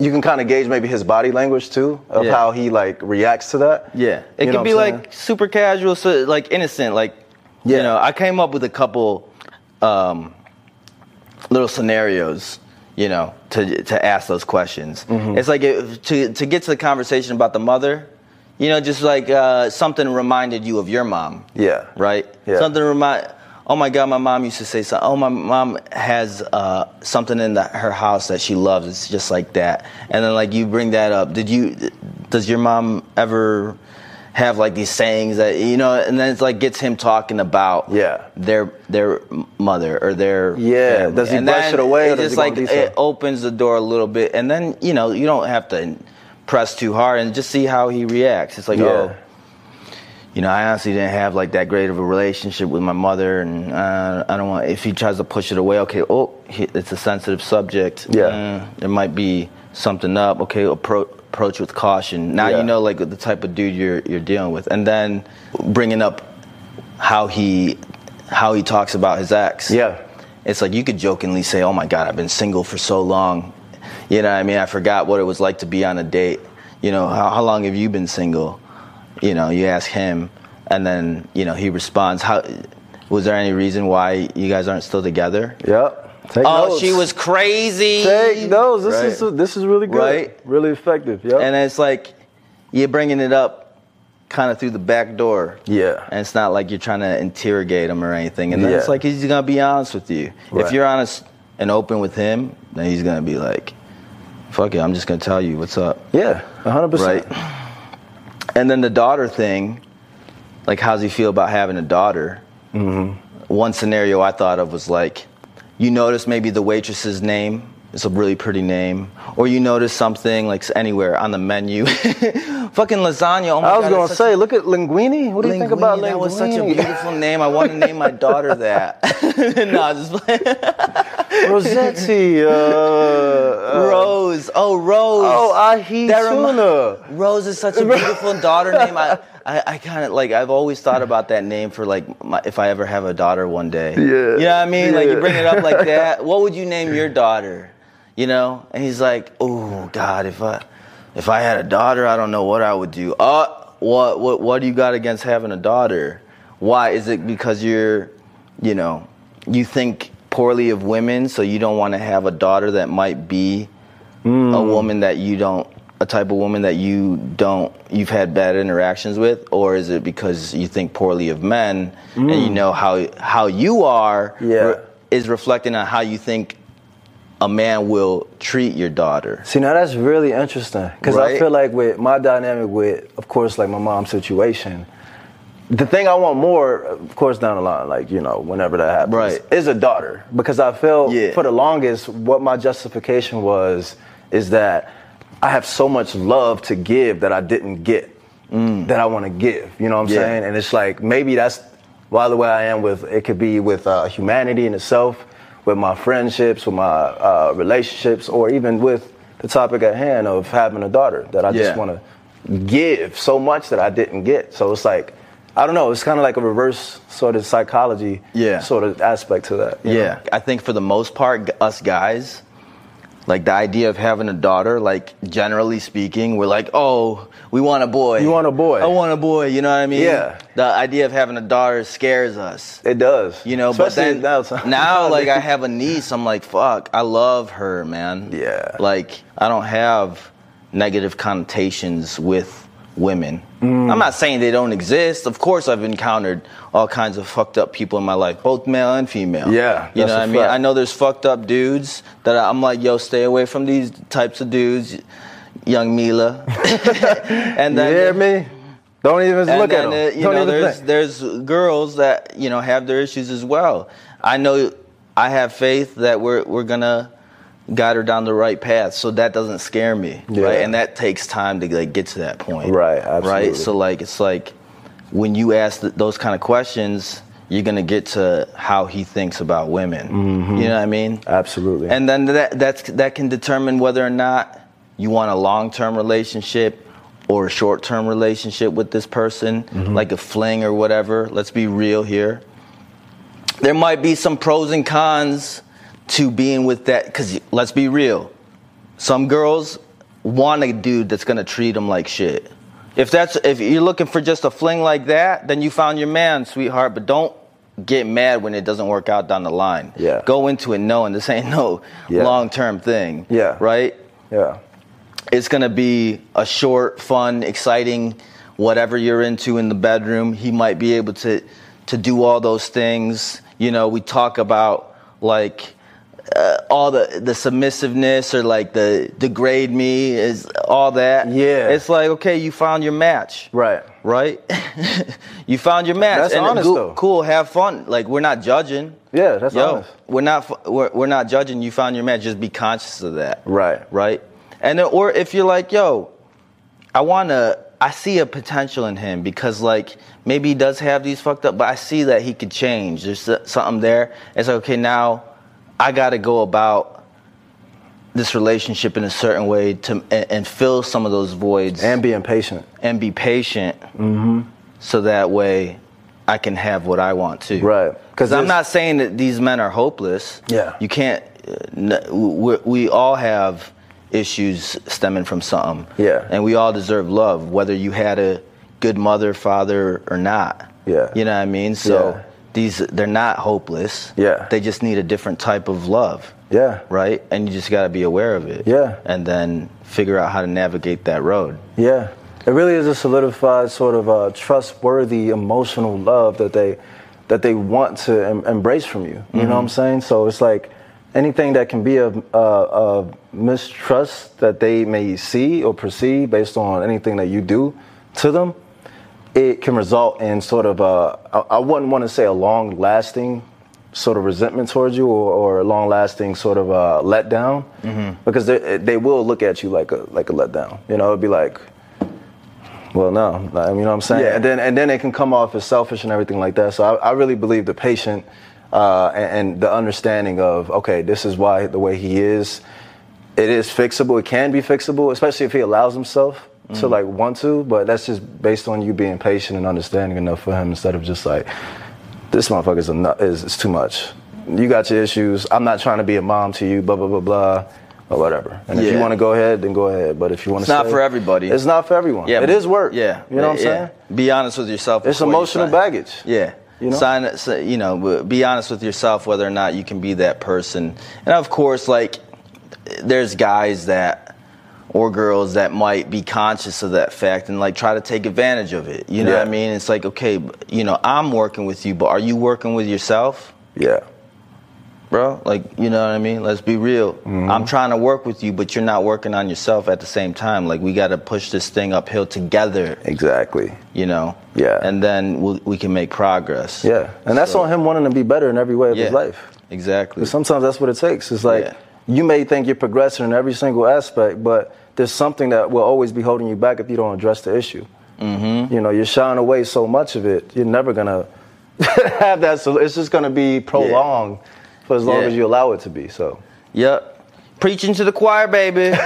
Speaker 2: You can kind of gauge maybe his body language too of
Speaker 3: Yeah.
Speaker 2: how he like reacts to that.
Speaker 3: Yeah, it
Speaker 2: You know
Speaker 3: could
Speaker 2: what
Speaker 3: be
Speaker 2: I'm saying?
Speaker 3: like super casual, so like innocent. Like, you
Speaker 2: Yeah.
Speaker 3: know, I came up with a couple um, little scenarios, you know,
Speaker 2: Mm-hmm.
Speaker 3: to to ask those questions. It's like it, to to get to the conversation about the mother, You know, just like uh, something reminded you of your mom.
Speaker 2: Yeah.
Speaker 3: Right.
Speaker 2: Yeah.
Speaker 3: Something remind. Oh my God, my mom used to say something. Oh, my mom has uh, something in the, her house that she loves. It's just like that. And then like you bring that up. Did you? Does your mom ever? Have like these sayings that you know, and then it's like gets him talking about
Speaker 2: Yeah.
Speaker 3: their their mother or their
Speaker 2: Yeah,
Speaker 3: family.
Speaker 2: does he
Speaker 3: And
Speaker 2: brush
Speaker 3: then
Speaker 2: it away or
Speaker 3: It
Speaker 2: does
Speaker 3: just
Speaker 2: he go
Speaker 3: like
Speaker 2: in detail?
Speaker 3: it opens the door a little bit, and then you know you don't have to press too hard and just see how he reacts. It's like oh,
Speaker 2: Yeah.
Speaker 3: you know, I honestly didn't have like that great of a relationship with my mother, and uh, I don't want if he tries to push it away. Okay, oh, he, it's a sensitive subject.
Speaker 2: Yeah.
Speaker 3: Mm, there might be something up. Okay, approach approach with caution. Now
Speaker 2: Yeah.
Speaker 3: you know like the type of dude you're you're dealing with, and then bringing up how he how he talks about his ex.
Speaker 2: Yeah.
Speaker 3: It's like you could jokingly say, "Oh my God, I've been single for so long," you know. what I mean, I forgot what it was like to be on a date. You know, how, how long have you been single? You know, you ask him, and then you know he responds. How was there any reason why you guys aren't still together?
Speaker 2: Yep. Take
Speaker 3: Oh,
Speaker 2: notes.
Speaker 3: she was crazy.
Speaker 2: Take notes. This
Speaker 3: Right.
Speaker 2: is this is really good.
Speaker 3: Right.
Speaker 2: Really effective. Yep.
Speaker 3: and it's like you're bringing it up kind of through the back door.
Speaker 2: Yeah.
Speaker 3: And it's not like you're trying to interrogate him or anything. And then it's
Speaker 2: Yeah.
Speaker 3: like he's going to be honest with you.
Speaker 2: Right.
Speaker 3: If you're honest and open with him, then he's going to be like, fuck it, I'm just going to tell you what's up.
Speaker 2: yeah. hundred percent.
Speaker 3: Right. And then the daughter thing, like, how's he feel about having a daughter? Mm-hmm. One scenario I thought of was like, you notice maybe the waitress's name. It's a really pretty name. Or you notice something like anywhere on the menu. Fucking lasagna. Oh my
Speaker 2: I was
Speaker 3: God,
Speaker 2: gonna
Speaker 3: it's such a-
Speaker 2: say, look at Linguini. What do you think about
Speaker 3: Linguini,
Speaker 2: Linguini?
Speaker 3: That was such a beautiful name. I want to name my daughter that. no, I was just playing.
Speaker 2: Rossetti. Uh, uh,
Speaker 3: Rose. Oh, Rose.
Speaker 2: Oh, Ahi
Speaker 3: That remi-
Speaker 2: Tuna.
Speaker 3: Rose is such a beautiful daughter name. I, I, I kind of like. I've always thought about that name for like my, if I ever have a daughter one day. Yeah. You know what I mean? Like you bring it up like that. What would you name your daughter? You know? And he's like, Oh God, if I if I had a daughter, I don't know what I would do. Uh, what what what do you got against having a daughter? Why is it because you're, you know, you think poorly of women, so you don't want to have a daughter that might be a
Speaker 2: Hmm.
Speaker 3: woman that you don't a type of woman that you don't you've had bad interactions with or is it because you think poorly of men and you know how how you are
Speaker 2: Hmm. Yeah.
Speaker 3: is reflecting on how you think a man will treat your daughter
Speaker 2: See, now that's really interesting because I
Speaker 3: Right?
Speaker 2: feel like with my dynamic with, of course, like my mom's situation, the thing I want more, of course, down the line, like you know, whenever that happens,
Speaker 3: Right.
Speaker 2: is a daughter because I feel
Speaker 3: Yeah.
Speaker 2: for the longest what my justification was is that I have so much love to give that I didn't get that I want to give. You know what I'm
Speaker 3: Mm. Yeah.
Speaker 2: saying? And it's like maybe that's why the way I am with it could be with uh, humanity in itself, with my friendships, with my uh, relationships, or even with the topic at hand of having a daughter that I just
Speaker 3: Yeah.
Speaker 2: want to give so much that I didn't get. So it's like, I don't know, it's kind of like a reverse sort of psychology
Speaker 3: Yeah.
Speaker 2: sort of aspect to that. you
Speaker 3: yeah i think for the most part g- us guys like the idea of having a daughter like generally speaking we're like oh we want a boy
Speaker 2: You want a boy.
Speaker 3: i want a boy you know what i mean
Speaker 2: Yeah.
Speaker 3: the idea of having a daughter scares us
Speaker 2: know? It does.
Speaker 3: You know,
Speaker 2: Especially
Speaker 3: but
Speaker 2: now-
Speaker 3: then now, like I have a niece, I'm like, fuck, I love her, man.
Speaker 2: Yeah.
Speaker 3: Like I don't have negative connotations with women. I'm not saying they don't exist. Of course, I've encountered all kinds of fucked up people in my life, both male and female.
Speaker 2: Yeah,
Speaker 3: you
Speaker 2: that's
Speaker 3: know
Speaker 2: a
Speaker 3: what I mean.
Speaker 2: fact.
Speaker 3: I know there's fucked up dudes that I- I'm like, yo, stay away from these types of dudes, young Mila. and
Speaker 2: You
Speaker 3: then
Speaker 2: hear me? Don't even
Speaker 3: and
Speaker 2: look
Speaker 3: then,
Speaker 2: at them.
Speaker 3: uh, you
Speaker 2: don't
Speaker 3: know,
Speaker 2: even
Speaker 3: there's
Speaker 2: think.
Speaker 3: there's girls that you know have their issues as well. I know, I have faith that we're we're gonna guide her down the right path, so that doesn't scare me,
Speaker 2: Yeah.
Speaker 3: right? And that takes time to like get to that point,
Speaker 2: Right, absolutely.
Speaker 3: Right. So like, it's like when you ask th- those kind of questions, you're gonna get to how he thinks about women. You know what I mean?
Speaker 2: Absolutely.
Speaker 3: And then that that's that can determine whether or not you want a long-term relationship or a short-term relationship with this person, like a fling or whatever. Let's be real here. There might be some pros and cons to being with that cuz let's be real. Some girls want a dude that's going to treat them like shit. If that's if you're looking for just a fling like that, then you found your man, sweetheart, but don't get mad when it doesn't work out down the line.
Speaker 2: Yeah.
Speaker 3: Go into it knowing this ain't no
Speaker 2: Yeah.
Speaker 3: long-term thing.
Speaker 2: Yeah.
Speaker 3: Right?
Speaker 2: yeah.
Speaker 3: It's going to be a short, fun, exciting whatever you're into in the bedroom. He might be able to to do all those things. You know, we talk about like uh, all the the submissiveness or like the degrade me is all that.
Speaker 2: Yeah.
Speaker 3: it's like okay, you found your match.
Speaker 2: Right.
Speaker 3: Right. you found your match.
Speaker 2: That's
Speaker 3: and
Speaker 2: honest,
Speaker 3: goo-
Speaker 2: though.
Speaker 3: Cool. Have fun. Like we're not judging.
Speaker 2: Yeah, that's
Speaker 3: Yo,
Speaker 2: honest.
Speaker 3: We're not fu- we're, we're not judging. You found your match. Just be conscious of that.
Speaker 2: Right.
Speaker 3: Right. And then, or if you're like, yo, I wanna. I see a potential in him because, like, maybe he does have these fucked up, but I see that he could change. There's so- something there. It's like, okay, now I gotta go about this relationship in a certain way to and, and fill some of those voids
Speaker 2: And being patient.
Speaker 3: and be patient,
Speaker 2: Mm-hmm.
Speaker 3: so that way I can have what I want to.
Speaker 2: Right.
Speaker 3: Because I'm
Speaker 2: there's-
Speaker 3: not saying that these men are hopeless.
Speaker 2: Yeah.
Speaker 3: You can't. uh, n- we we all have issues stemming from something.
Speaker 2: Yeah.
Speaker 3: And we all deserve love, whether you had a good mother, father, or not.
Speaker 2: Yeah.
Speaker 3: You know what I mean? So
Speaker 2: Yeah.
Speaker 3: these they're not hopeless.
Speaker 2: Yeah.
Speaker 3: They just need a different type of love.
Speaker 2: Yeah.
Speaker 3: Right. And you just got to be aware of it.
Speaker 2: Yeah.
Speaker 3: And then figure out how to navigate that road.
Speaker 2: Yeah, it really is a solidified sort of uh, trustworthy emotional love that they that they want to em- embrace from you. You know what I'm saying? So it's like anything that can be a, a, a mistrust that they may see or perceive based on anything that you do to them, it can result in sort of a I, I wouldn't want to say a long lasting sort of resentment towards you or, or a long lasting sort of a letdown because they, they will look at you like a like a letdown. You know, it'd be like. Well, no, like, you know what I'm saying,
Speaker 3: Yeah.
Speaker 2: and then and then it can come off as selfish and everything like that. So I, I really believe the patient uh, and, and the understanding of okay, this is why the way he is, it is fixable. It can be fixable, especially if he allows himself to like want to. But that's just based on you being patient and understanding enough for him instead of just like this motherfucker's a nut, is it's too much. You got your issues. I'm not trying to be a mom to you. Blah blah blah blah. Or whatever. And if you
Speaker 3: Yeah.
Speaker 2: want to go ahead, then go ahead. But if you want
Speaker 3: It's
Speaker 2: to,
Speaker 3: not for everybody.
Speaker 2: It's not for everyone.
Speaker 3: Yeah,
Speaker 2: it is work.
Speaker 3: Yeah,
Speaker 2: you know what
Speaker 3: yeah.
Speaker 2: I'm saying.
Speaker 3: Be honest with yourself.
Speaker 2: It's
Speaker 3: before you
Speaker 2: emotional
Speaker 3: sign.
Speaker 2: baggage.
Speaker 3: Yeah,
Speaker 2: You know?
Speaker 3: sign. it- so- You know, w- be honest with yourself whether or not you can be that person. And of course, like there's guys that or girls that might be conscious of that fact and like try to take advantage of it. You know what I
Speaker 2: Yeah.
Speaker 3: mean? It's like okay, b- you know, I'm working with you, but are you working with yourself?
Speaker 2: Yeah,
Speaker 3: Bro, like you know what I mean? Let's be real.
Speaker 2: Mm-hmm.
Speaker 3: I'm trying to work with you, but you're not working on yourself at the same time. Like we got to push this thing uphill together
Speaker 2: exactly.
Speaker 3: you know
Speaker 2: Yeah.
Speaker 3: and then we'll, we can make progress
Speaker 2: Yeah, and that's
Speaker 3: So-
Speaker 2: on him wanting to be better in every way of
Speaker 3: yeah
Speaker 2: his life.
Speaker 3: exactly
Speaker 2: But sometimes that's what it takes. It's like
Speaker 3: Yeah.
Speaker 2: you may think you're progressing in every single aspect, but there's something that will always be holding you back if you don't address the issue. Mm-hmm. You know, you're shying away so much of it, you're never gonna have that. So it's just gonna be prolonged for as long
Speaker 3: Yeah.
Speaker 2: as you allow it to be. So
Speaker 3: yep preaching to the choir baby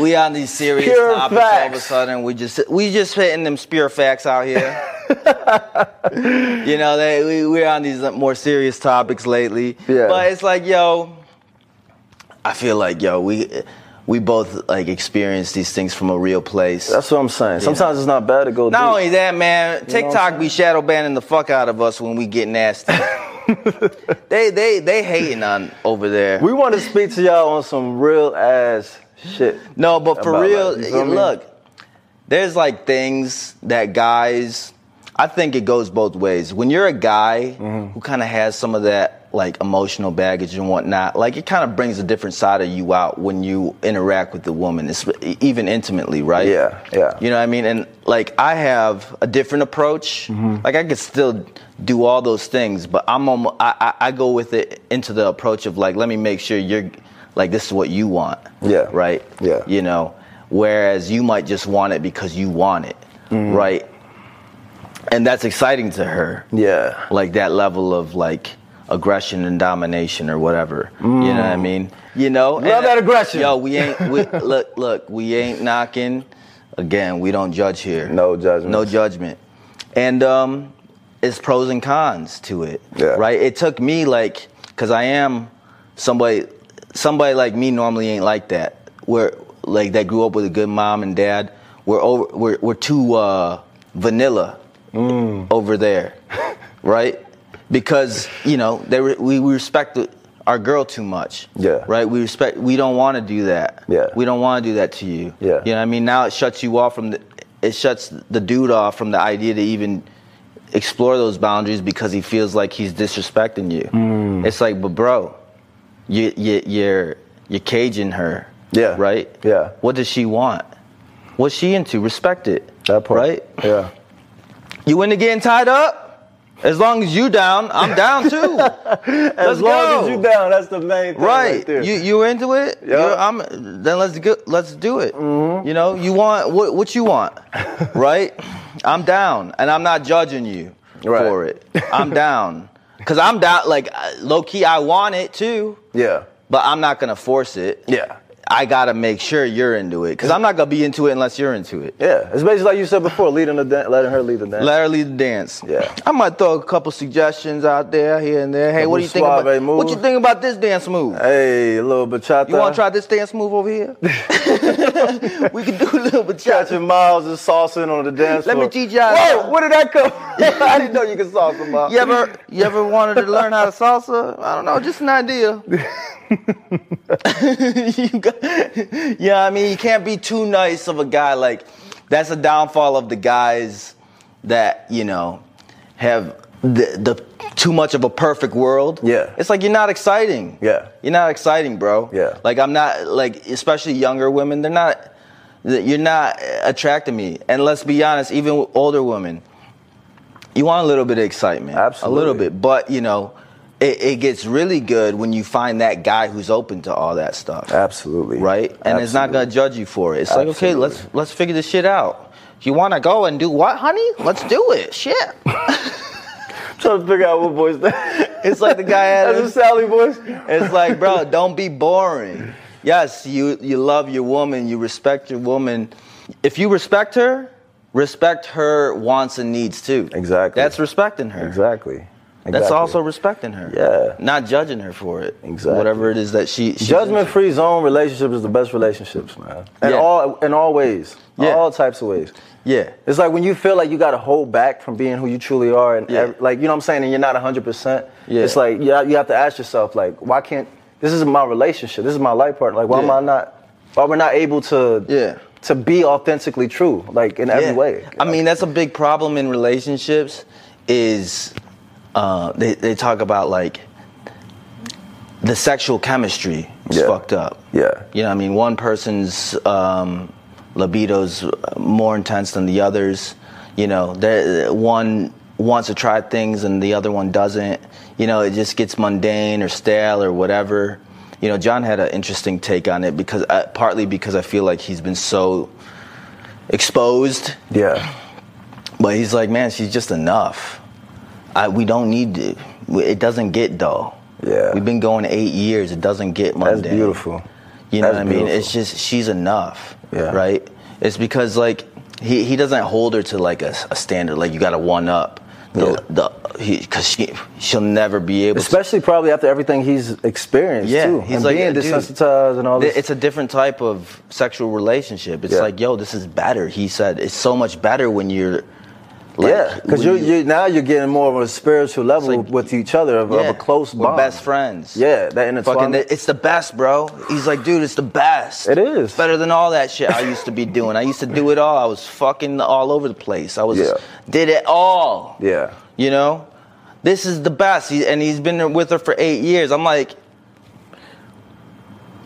Speaker 3: we on these serious
Speaker 2: Pure
Speaker 3: topics all of a
Speaker 2: facts.
Speaker 3: sudden we just we just hitting them spear facts out here you know they we, we're on these uh, more serious topics lately
Speaker 2: Yeah.
Speaker 3: but it's like yo i feel like yo we we both like experience these things from a real place
Speaker 2: that's what I'm saying. Sometimes it's not bad to go.
Speaker 3: Not
Speaker 2: deep.
Speaker 3: only that, man, TikTok be shadow banning the fuck out of us when we get nasty. they they they hating on over there.
Speaker 2: we want to speak to y'all on some real ass shit.
Speaker 3: no, but for
Speaker 2: About
Speaker 3: real,
Speaker 2: like, you feel me?
Speaker 3: look, there's like things that guys. I think it goes both ways. When you're a guy
Speaker 2: Mm-hmm.
Speaker 3: who kind of has some of that like emotional baggage and whatnot, like it kind of brings a different side of you out when you interact with the woman, it's, e, even intimately, right?
Speaker 2: Yeah, yeah.
Speaker 3: You know what I mean? And like I have a different approach.
Speaker 2: Mm-hmm.
Speaker 3: Like I could still do all those things, but I'm on, I, I I go with it into the approach of like let me make sure you're like this is what you want.
Speaker 2: Yeah.
Speaker 3: Right.
Speaker 2: Yeah.
Speaker 3: You know, whereas you might just want it because you want it.
Speaker 2: Mm-hmm.
Speaker 3: Right. And that's exciting to her
Speaker 2: Yeah.
Speaker 3: like that level of like aggression and domination or whatever. You know what I mean? You know, love
Speaker 2: Mm. that aggression.
Speaker 3: Yo, we ain't we, look look we ain't knocking. Again, we don't judge here.
Speaker 2: No judgment.
Speaker 3: No judgment. And um, it's pros and cons to it.
Speaker 2: Yeah.
Speaker 3: Right. It took me like because I am somebody somebody like me normally ain't like that. Where like that grew up with a good mom and dad. We're over. We're we're too uh, vanilla
Speaker 2: Mm.
Speaker 3: over there, right? Because you know they re- we we respect the, our girl too much.
Speaker 2: Yeah.
Speaker 3: Right. We respect. We don't want to do that.
Speaker 2: Yeah.
Speaker 3: We don't want to do that to you.
Speaker 2: Yeah.
Speaker 3: You know what I mean? Now it shuts you off from the it shuts the dude off from the idea to even explore those boundaries because he feels like he's disrespecting you.
Speaker 2: Mm.
Speaker 3: It's like, but bro, you, you you're you're caging her.
Speaker 2: Yeah.
Speaker 3: Right.
Speaker 2: Yeah.
Speaker 3: What does she want? What's she into? Respect it.
Speaker 2: That part.
Speaker 3: Right.
Speaker 2: Yeah.
Speaker 3: You into getting tied up? As long as you down, I'm down too.
Speaker 2: As long as you down, that's the main thing. Right.
Speaker 3: Right.
Speaker 2: there.
Speaker 3: you you into it? You're- I'm then let's go, let's do it.
Speaker 2: Mm-hmm.
Speaker 3: You know, you want what what you want. right? I'm down and I'm not judging you
Speaker 2: Right.
Speaker 3: for it. I'm down. Cuz I'm down like low key I want it too,
Speaker 2: yeah.
Speaker 3: but I'm not going to force it.
Speaker 2: Yeah.
Speaker 3: I got to make sure you're into it cuz I'm not going to be into it unless you're into it.
Speaker 2: Yeah. It's basically like you said before, leading the dan- letting her lead the dance.
Speaker 3: Let her lead the dance.
Speaker 2: Yeah.
Speaker 3: I might throw a couple suggestions out there here and there. Hey, what do you think
Speaker 2: Couple
Speaker 3: about
Speaker 2: suave
Speaker 3: what you
Speaker 2: moves.
Speaker 3: think about this dance move?
Speaker 2: hey, a little bachata.
Speaker 3: You want to try this dance move over here? we can do a little bit
Speaker 2: Catching miles and saucing on the dance
Speaker 3: Let me
Speaker 2: floor.
Speaker 3: teach y'all.
Speaker 2: Whoa, where did that come? from? I didn't know you could sauce them out.
Speaker 3: You ever, you ever wanted to learn how to salsa? I don't know, just an idea. you got, yeah, I mean, you can't be too nice of a guy. Like, that's a downfall of the guys that you know have the, the too much of a perfect world.
Speaker 2: Yeah.
Speaker 3: it's like you're not exciting.
Speaker 2: Yeah.
Speaker 3: you're not exciting, bro.
Speaker 2: Yeah.
Speaker 3: like I'm not like especially younger women. They're not. You're not attracting me. And let's be honest, even with older women, you want a little bit of excitement.
Speaker 2: Absolutely.
Speaker 3: A little bit. But, you know, it, it gets really good when you find that guy who's open to all that stuff.
Speaker 2: Absolutely.
Speaker 3: Right? And it's not
Speaker 2: Absolutely.
Speaker 3: going to judge you for it. It's like, okay,
Speaker 2: Absolutely.
Speaker 3: let's let's figure this shit out. You want to go and do what, honey? Let's do it. Shit.
Speaker 2: trying to figure out what voice that.
Speaker 3: It's like the guy had
Speaker 2: That's a
Speaker 3: his-
Speaker 2: Sally voice.
Speaker 3: It's like, bro, don't be boring. Yes, you you love your woman, you respect your woman. If you respect her, respect her wants and needs too.
Speaker 2: Exactly.
Speaker 3: That's respecting her.
Speaker 2: Exactly.
Speaker 3: That's
Speaker 2: Exactly.
Speaker 3: also respecting her.
Speaker 2: Yeah.
Speaker 3: Not judging her for it.
Speaker 2: Exactly.
Speaker 3: Whatever it is that she, she
Speaker 2: Judgment free zone relationship is the best relationships, man. In
Speaker 3: Yeah.
Speaker 2: all in all ways.
Speaker 3: Yeah.
Speaker 2: All types of ways.
Speaker 3: Yeah.
Speaker 2: It's like when you feel like you gotta hold back from being who you truly are and
Speaker 3: Yeah.
Speaker 2: ev- like you know what I'm saying, and you're not hundred percent.
Speaker 3: Yeah.
Speaker 2: It's like you ha- you have to ask yourself, like, why can't this is my relationship, this is my life partner. Like why am
Speaker 3: Yeah.
Speaker 2: I not why we're not able to
Speaker 3: Yeah.
Speaker 2: to be authentically true, like in
Speaker 3: Yeah.
Speaker 2: every way.
Speaker 3: I mean, that's a big problem in relationships. Is uh, they they talk about like the sexual chemistry is
Speaker 2: Yeah.
Speaker 3: fucked up.
Speaker 2: Yeah.
Speaker 3: You know, what I mean, one person's um, libido's more intense than the others. You know, there- one wants to try things and the other one doesn't. You know, it just gets mundane or stale or whatever. You know, John had an interesting take on it because uh, partly because I feel like he's been so exposed
Speaker 2: Yeah.
Speaker 3: but he's like, man, she's just enough. I, we don't need to. It doesn't get dull.
Speaker 2: Yeah.
Speaker 3: We've been going eight years. It doesn't get
Speaker 2: That's
Speaker 3: mundane.
Speaker 2: beautiful.
Speaker 3: You know
Speaker 2: That's
Speaker 3: what I mean?
Speaker 2: beautiful.
Speaker 3: It's just she's enough.
Speaker 2: Yeah.
Speaker 3: Right. It's because like he, he doesn't hold her to like a, s- a standard. Like you got to one up. The, the he because she she'll never be able. to.
Speaker 2: Especially probably after everything he's experienced
Speaker 3: Yeah,
Speaker 2: too.
Speaker 3: he's
Speaker 2: and
Speaker 3: like,
Speaker 2: being
Speaker 3: yeah, dude.
Speaker 2: desensitized and all
Speaker 3: Th-
Speaker 2: this.
Speaker 3: It's a different type of sexual relationship. It's
Speaker 2: Yeah.
Speaker 3: like, yo, this is better. He said it's so much better when you're. Like,
Speaker 2: yeah, because
Speaker 3: when
Speaker 2: you're, you're now you're getting more of a spiritual level
Speaker 3: like-
Speaker 2: with each other of, of
Speaker 3: Yeah,
Speaker 2: a close
Speaker 3: we're
Speaker 2: bond.
Speaker 3: best friends.
Speaker 2: Yeah, that intertwinement.
Speaker 3: Fucking, it's the best, bro. He's like, dude, it's the best.
Speaker 2: It is.
Speaker 3: It's better than all that shit I used to be doing. I used to do it all. I was fucking all over the place. I was
Speaker 2: Yeah.
Speaker 3: did it all.
Speaker 2: yeah,
Speaker 3: You know, this is the best. He, and he's been with her for eight years. I'm like,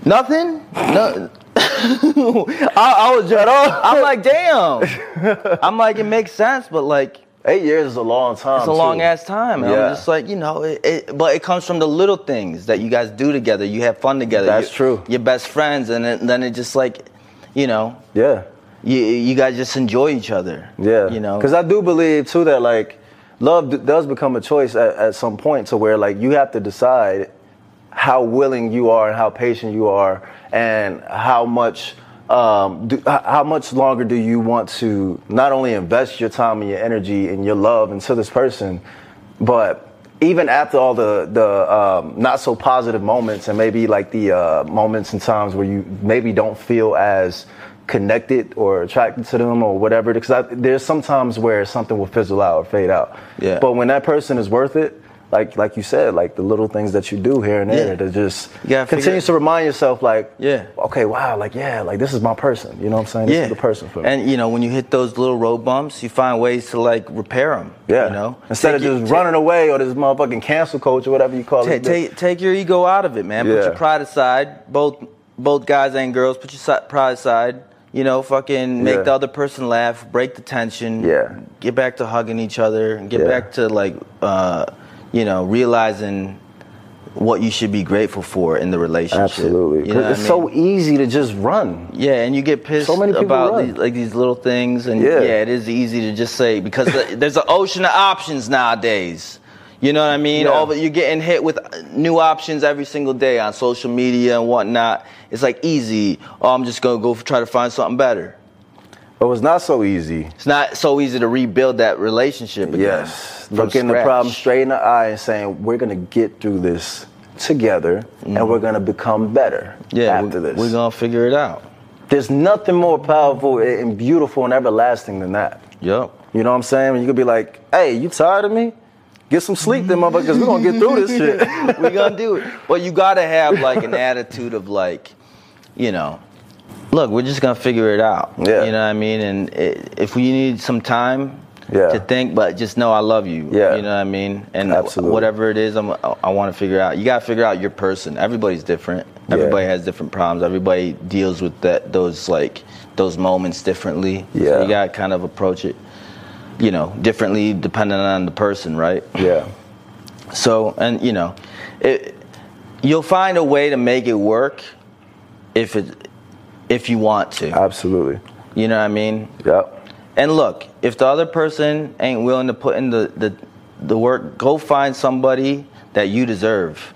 Speaker 3: nothing. No. I, I was just,
Speaker 2: oh.
Speaker 3: I'm like, damn. I'm like, it makes sense, but like,
Speaker 2: eight years is a long time.
Speaker 3: it's a
Speaker 2: too.
Speaker 3: long ass time. And
Speaker 2: Yeah.
Speaker 3: I'm just like, you know, it, it, but it comes from the little things that you guys do together. You have fun together.
Speaker 2: That's
Speaker 3: You're-
Speaker 2: true.
Speaker 3: You're best friends, and then, then it just like, you know,
Speaker 2: Yeah,
Speaker 3: you, you guys just enjoy each other.
Speaker 2: yeah.
Speaker 3: You know,
Speaker 2: because I do believe too that like love d- does become a choice at, at some point to where like you have to decide how willing you are and how patient you are and how much. Um, do, h- how much longer do you want to not only invest your time and your energy and your love into this person, but even after all the the um, not so positive moments and maybe like the uh, moments and times where you maybe don't feel as connected or attracted to them or whatever because there's sometimes where something will fizzle out or fade out
Speaker 3: Yeah.
Speaker 2: but when that person is worth it like like you said, like the little things that you do here and there
Speaker 3: Yeah.
Speaker 2: that just
Speaker 3: You gotta figure-
Speaker 2: continues to remind yourself, like,
Speaker 3: Yeah.
Speaker 2: okay, wow, like yeah, like this is my person. You know what I'm saying? This is the person for me.
Speaker 3: And you know, when you hit those little road bumps, you find ways to like repair them.
Speaker 2: yeah,
Speaker 3: You know,
Speaker 2: instead
Speaker 3: Take
Speaker 2: of
Speaker 3: your-
Speaker 2: just
Speaker 3: ta-
Speaker 2: running away or this motherfucking cancel coach or whatever you call
Speaker 3: ta-
Speaker 2: it.
Speaker 3: take take your ego out of it, man. Put
Speaker 2: Yeah.
Speaker 3: your pride aside. Both both guys and girls, put your si- pride aside. You know, fucking make
Speaker 2: Yeah.
Speaker 3: the other person laugh, break the tension.
Speaker 2: Yeah.
Speaker 3: Get back to hugging each other. and Get
Speaker 2: Yeah.
Speaker 3: back to like, uh, you know, realizing what you should be grateful for in the relationship.
Speaker 2: Absolutely,
Speaker 3: You know what I
Speaker 2: it's
Speaker 3: mean?
Speaker 2: so easy to just run.
Speaker 3: Yeah, and you get pissed
Speaker 2: So many people
Speaker 3: about
Speaker 2: run.
Speaker 3: these, like these little things, and
Speaker 2: Yeah.
Speaker 3: yeah. it is easy to just say because the- there's an ocean of options nowadays. You know what I mean?
Speaker 2: Yeah.
Speaker 3: All the, you're getting hit with uh, new options every single day on social media and whatnot. It's like easy. Oh, I'm just gonna go f- try to find something better.
Speaker 2: But it's not so easy.
Speaker 3: It's not so easy to rebuild that relationship. Again
Speaker 2: Yes.
Speaker 3: from
Speaker 2: Looking the
Speaker 3: scratch.
Speaker 2: problem straight in the eye and saying, we're going to get through this together and we're going to become better
Speaker 3: Mm-hmm. Yeah,
Speaker 2: after
Speaker 3: we,
Speaker 2: this.
Speaker 3: we're gonna figure it out.
Speaker 2: There's nothing more powerful and beautiful and everlasting than that.
Speaker 3: Yep.
Speaker 2: You know what I'm saying? You could be like, hey, you tired of me? Get some sleep then, motherfuckers. We're going to get through this shit.
Speaker 3: we gonna do it. But you gotta have like an attitude of like, you know, look, we're just gonna figure it out.
Speaker 2: Yeah.
Speaker 3: You know what I mean? And i if we need some time
Speaker 2: Yeah.
Speaker 3: to think, but just know I love you.
Speaker 2: Yeah.
Speaker 3: You know what I mean? And
Speaker 2: Absolutely.
Speaker 3: whatever it is, I'm, I, I want to figure out. You gotta figure out your person. Everybody's different.
Speaker 2: Yeah.
Speaker 3: Everybody has different problems. Everybody deals with that those like those moments differently.
Speaker 2: Yeah.
Speaker 3: So you gotta kind of approach it. You know, differently depending on the person, right?
Speaker 2: yeah.
Speaker 3: So, and you know, it, you'll find a way to make it work if it if you want to.
Speaker 2: Absolutely.
Speaker 3: You know what I mean?
Speaker 2: Yep.
Speaker 3: And look, if the other person ain't willing to put in the the, the work, go find somebody that you deserve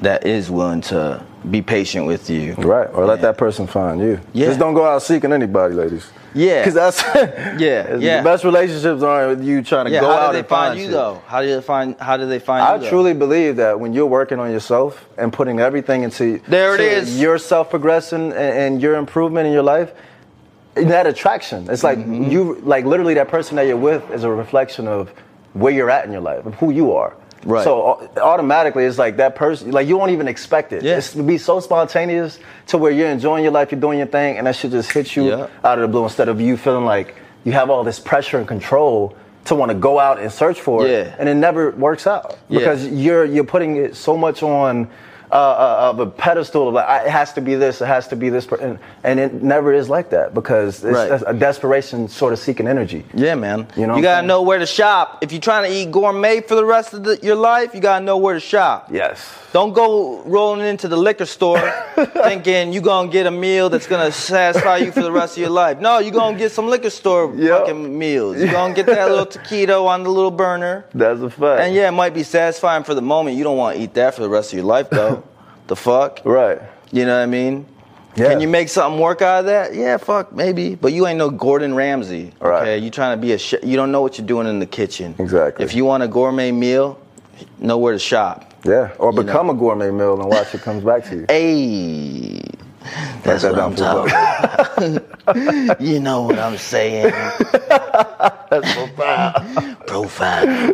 Speaker 3: that is willing to be patient with you.
Speaker 2: Right. Or let
Speaker 3: Yeah.
Speaker 2: that person find you.
Speaker 3: Yeah.
Speaker 2: Just don't go out seeking anybody, ladies.
Speaker 3: Yeah.
Speaker 2: Because that's.
Speaker 3: Yeah, yeah.
Speaker 2: The best relationships aren't with you trying to
Speaker 3: Yeah,
Speaker 2: go
Speaker 3: how
Speaker 2: out
Speaker 3: do they
Speaker 2: and
Speaker 3: find,
Speaker 2: find
Speaker 3: you
Speaker 2: shit.
Speaker 3: though? How do they find how do they find
Speaker 2: I
Speaker 3: you? though?
Speaker 2: truly believe that when you're working on yourself and putting everything into
Speaker 3: There it
Speaker 2: to
Speaker 3: is.
Speaker 2: your self progressing and, and your improvement in your life, and that attraction. It's like
Speaker 3: Mm-hmm.
Speaker 2: you like literally that person that you're with is a reflection of where you're at in your life, of who you are.
Speaker 3: Right.
Speaker 2: So au- automatically, it's like that person. Like you won't even expect it.
Speaker 3: Yeah.
Speaker 2: It's to be so spontaneous to where you're enjoying your life, you're doing your thing, and that shit just hits you
Speaker 3: Yeah.
Speaker 2: out of the blue. Instead of you feeling like you have all this pressure and control to want to go out and search for it,
Speaker 3: Yeah.
Speaker 2: and it never works out
Speaker 3: Yeah.
Speaker 2: because you're you're putting it so much on uh, uh, of a pedestal. Like I- it has to be this, it has to be this, per- and, and it never is like that because it's
Speaker 3: Right.
Speaker 2: a desperation sort of seeking energy.
Speaker 3: Yeah, man.
Speaker 2: You
Speaker 3: You,
Speaker 2: know what I'm
Speaker 3: gotta
Speaker 2: saying?
Speaker 3: know where to shop. If you're trying to eat gourmet for the rest of the, your life, you gotta know where to shop.
Speaker 2: Yes.
Speaker 3: Don't go rolling into the liquor store thinking you gonna get a meal that's gonna satisfy you for the rest of your life. No, you gonna get some liquor store
Speaker 2: Yep.
Speaker 3: fucking meals. you gonna get that little taquito on the little burner.
Speaker 2: That's a fact.
Speaker 3: And yeah, it might be satisfying for the moment. You don't wanna eat that for the rest of your life though. the fuck?
Speaker 2: Right.
Speaker 3: You know what I mean?
Speaker 2: Yeah.
Speaker 3: Can you make something work out of that? Yeah, fuck, maybe. But you ain't no Gordon Ramsay.
Speaker 2: Right.
Speaker 3: Okay, you trying to be a chef. You don't know what you're doing in the kitchen.
Speaker 2: Exactly.
Speaker 3: If you want a gourmet meal, know where to shop.
Speaker 2: Yeah. Or
Speaker 3: You
Speaker 2: become
Speaker 3: know.
Speaker 2: a gourmet meal and watch it comes back to you.
Speaker 3: Hey, that's
Speaker 2: that
Speaker 3: what I'm
Speaker 2: down for a
Speaker 3: talking about. you know what I'm saying? profile.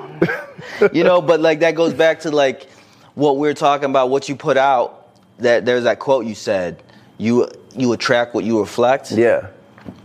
Speaker 3: you know, but like that goes back to like what we are talking about, what you put out. That there's that quote you said, you you attract what you reflect.
Speaker 2: Yeah.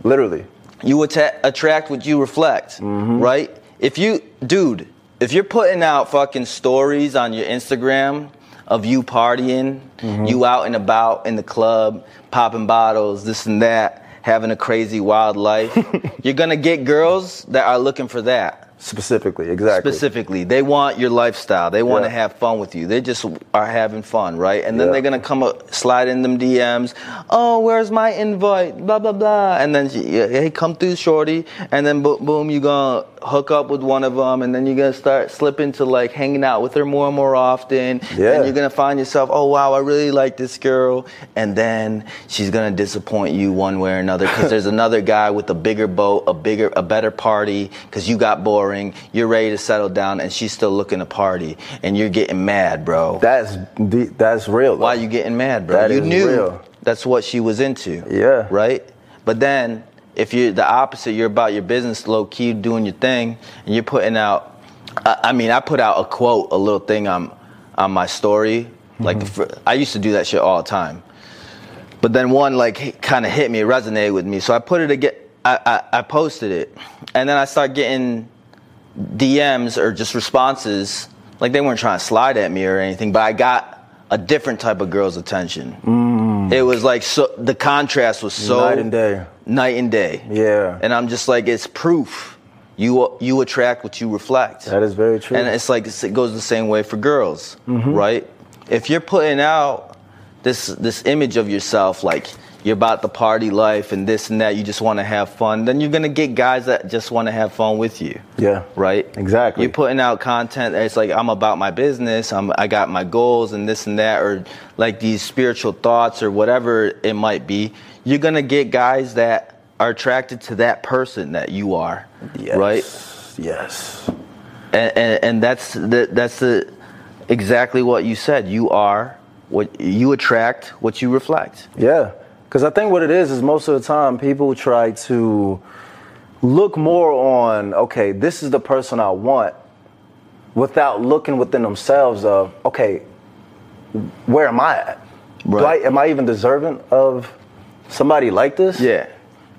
Speaker 2: Literally.
Speaker 3: You atta- attract what you reflect, right? If you, dude, if you're putting out fucking stories on your Instagram of you partying, you out and about in the club, popping bottles, this and that, having a crazy wild life, you're gonna get girls that are looking for that.
Speaker 2: Specifically. Exactly.
Speaker 3: Specifically, they want your lifestyle. They want to
Speaker 2: Yeah.
Speaker 3: have fun with you. They just are having fun, right? And then
Speaker 2: Yeah.
Speaker 3: they're gonna come up, slide in them DMs. Oh, where's my invite? Blah blah blah. And then she, yeah, hey, come through, shorty. And then boom, boom, you gonna hook up with one of them, and then you're gonna start slipping to like hanging out with her more and more often.
Speaker 2: Yeah.
Speaker 3: And you're gonna find yourself, oh wow, I really like this girl. And then she's gonna disappoint you one way or another because there's another guy with a bigger boat, a bigger, a better party. Because you got boring, you're ready to settle down, and she's still looking to party, and you're getting mad, bro.
Speaker 2: That's the, that's real.
Speaker 3: Why you getting mad, bro?
Speaker 2: That
Speaker 3: you
Speaker 2: is
Speaker 3: knew
Speaker 2: real.
Speaker 3: that's what she was into.
Speaker 2: Yeah.
Speaker 3: Right? But then if you're the opposite, you're about your business low key doing your thing and you're putting out I, I mean, I put out a quote, a little thing on on my story. Like the
Speaker 2: Mm-hmm.
Speaker 3: fir- I used to do that shit all the time, but then one like kind of hit me, resonated with me, so I put it again. I, I, I posted it, and then I started getting DMs or just responses. Like they weren't trying to slide at me or anything, but I got a different type of girl's attention. It was like so the contrast was so
Speaker 2: Mm. Night and day.
Speaker 3: night and day.
Speaker 2: Yeah.
Speaker 3: and I'm just like it's proof. You you attract what you reflect.
Speaker 2: That is very true.
Speaker 3: And it's like it's- it goes the same way for girls,
Speaker 2: Mm-hmm.
Speaker 3: right? If you're putting out this this image of yourself, like you're about the party life and this and that, you just want to have fun, then you're gonna get guys that just want to have fun with you.
Speaker 2: Yeah.
Speaker 3: Right.
Speaker 2: Exactly.
Speaker 3: You're putting out content that's like I'm about my business. I'm I got my goals and this and that, or like these spiritual thoughts or whatever it might be. You're gonna get guys that are attracted to that person that you are. Right
Speaker 2: Yes.
Speaker 3: and, and, and that's the, that's the exactly what you said. You are what you attract, what you reflect.
Speaker 2: Yeah, because I think what it is is most of the time people try to look more on okay, this is the person I want, without looking within themselves of okay, where am I at? Do I,
Speaker 3: Right.
Speaker 2: am I even deserving of somebody like this?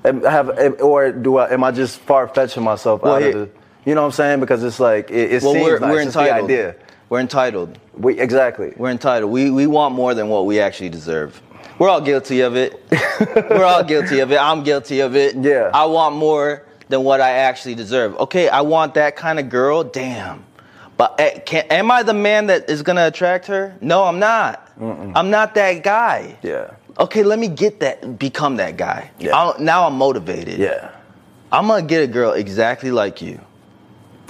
Speaker 2: Am- Have am- or do I? Am I just far fetching myself
Speaker 3: Well,
Speaker 2: out
Speaker 3: here-
Speaker 2: of the? You know what I'm saying? Because it's like it, it
Speaker 3: Well,
Speaker 2: seems
Speaker 3: we're,
Speaker 2: nice.
Speaker 3: we're
Speaker 2: It's the
Speaker 3: entitled.
Speaker 2: idea.
Speaker 3: We're entitled.
Speaker 2: We exactly.
Speaker 3: We're entitled. We we want more than what we actually deserve. We're all guilty of it. we're all guilty of it. I'm guilty of it.
Speaker 2: Yeah.
Speaker 3: I want more than what I actually deserve. Okay, I want that kind of girl. Damn. But eh, can, am I the man that is gonna attract her? No, I'm not. I'm not that guy.
Speaker 2: Yeah.
Speaker 3: okay, let me get that, become that guy.
Speaker 2: Yeah.
Speaker 3: I'll- now I'm motivated.
Speaker 2: Yeah.
Speaker 3: I'm gonna get a girl exactly like you,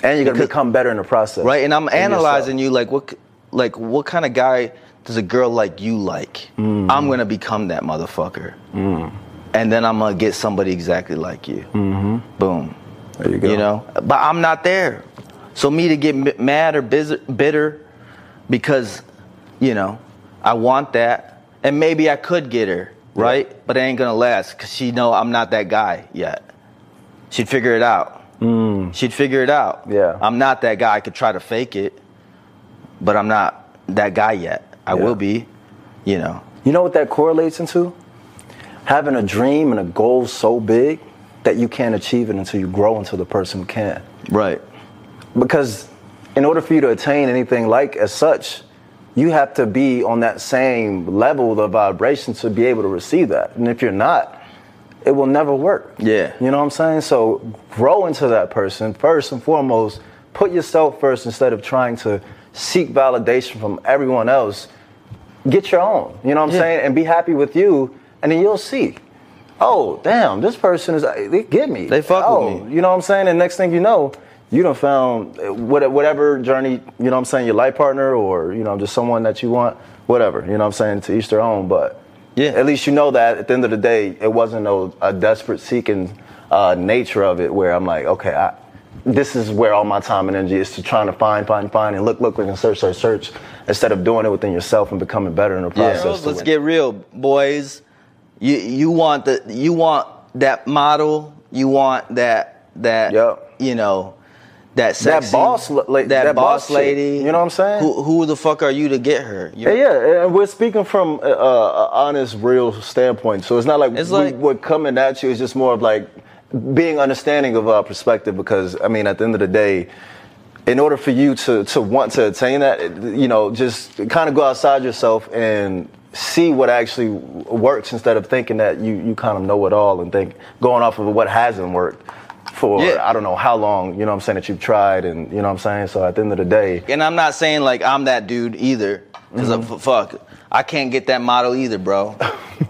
Speaker 2: And you're gonna
Speaker 3: Because-
Speaker 2: become better in the process,
Speaker 3: right? And I'm
Speaker 2: yourself.
Speaker 3: analyzing you like what, c- like what kind of guy does a girl like you like? I'm gonna become that motherfucker, and then I'm gonna get somebody exactly like you. Mm-hmm. Boom.
Speaker 2: There you go.
Speaker 3: You know, but I'm not there. So me to get m- mad or biz- bitter because, you know, I want that, and maybe I could get her right, but it ain't gonna last because she know I'm not that guy yet. She'd figure it out. She'd figure it out.
Speaker 2: Mm. Yeah.
Speaker 3: I'm not that guy. I could try to fake it, but I'm not that guy yet. I
Speaker 2: Yeah.
Speaker 3: will be. You know.
Speaker 2: You know what that correlates into? Having a dream and a goal so big that you can't achieve it until you grow into the person who can.
Speaker 3: Right.
Speaker 2: Because in order for you to attain anything like as such, you have to be on that same level of vibration to be able to receive that. And if you're not, it will never work.
Speaker 3: Yeah.
Speaker 2: You know what I'm saying? So grow into that person first and foremost. Put yourself first instead of trying to seek validation from everyone else. Get your own. You know what I'm
Speaker 3: Yeah.
Speaker 2: saying? And be happy with you, and then you'll see. Oh, damn, this person is, they get me.
Speaker 3: They fuck with
Speaker 2: oh,
Speaker 3: me.
Speaker 2: you know what I'm saying? And next thing you know, you done found uh, what- whatever journey, you know what I'm saying, your life partner or, you know, just someone that you want, whatever, you know what I'm saying, to each their own. But
Speaker 3: Yeah.
Speaker 2: at least you know that at the end of the day, it wasn't a, a desperate seeking uh, nature of it where I'm like, okay, I, this is where all my time and energy is to trying to find, find, find, and look, look, look, and search, search, search, instead of doing it within yourself and becoming better in the process.
Speaker 3: Girls,
Speaker 2: to
Speaker 3: let's
Speaker 2: win.
Speaker 3: get real, boys. You you want the you want that model. You want that that
Speaker 2: Yup.
Speaker 3: you know that
Speaker 2: That
Speaker 3: sexy,
Speaker 2: boss la- la-
Speaker 3: that,
Speaker 2: that boss
Speaker 3: boss,
Speaker 2: chick,
Speaker 3: lady.
Speaker 2: you know what I'm saying?
Speaker 3: Who, who the fuck are you to get her? You're-
Speaker 2: Yeah, yeah, and we're speaking from an honest, real standpoint. So it's not like,
Speaker 3: It's
Speaker 2: we-
Speaker 3: like-
Speaker 2: we're coming at you. It's just more of like being understanding of our perspective. Because I mean, at the end of the day, in order for you to to want to attain that, it- you know, just kind of go outside yourself and see what actually works instead of thinking that you you kind of know it all and think going off of what hasn't worked for
Speaker 3: Yeah.
Speaker 2: I don't know how long. You know what I'm saying that you've tried and you know what I'm saying. So at the end of the day,
Speaker 3: And I'm not saying like I'm that dude either, because
Speaker 2: Mm-hmm.
Speaker 3: fuck, I can't get that model either, bro.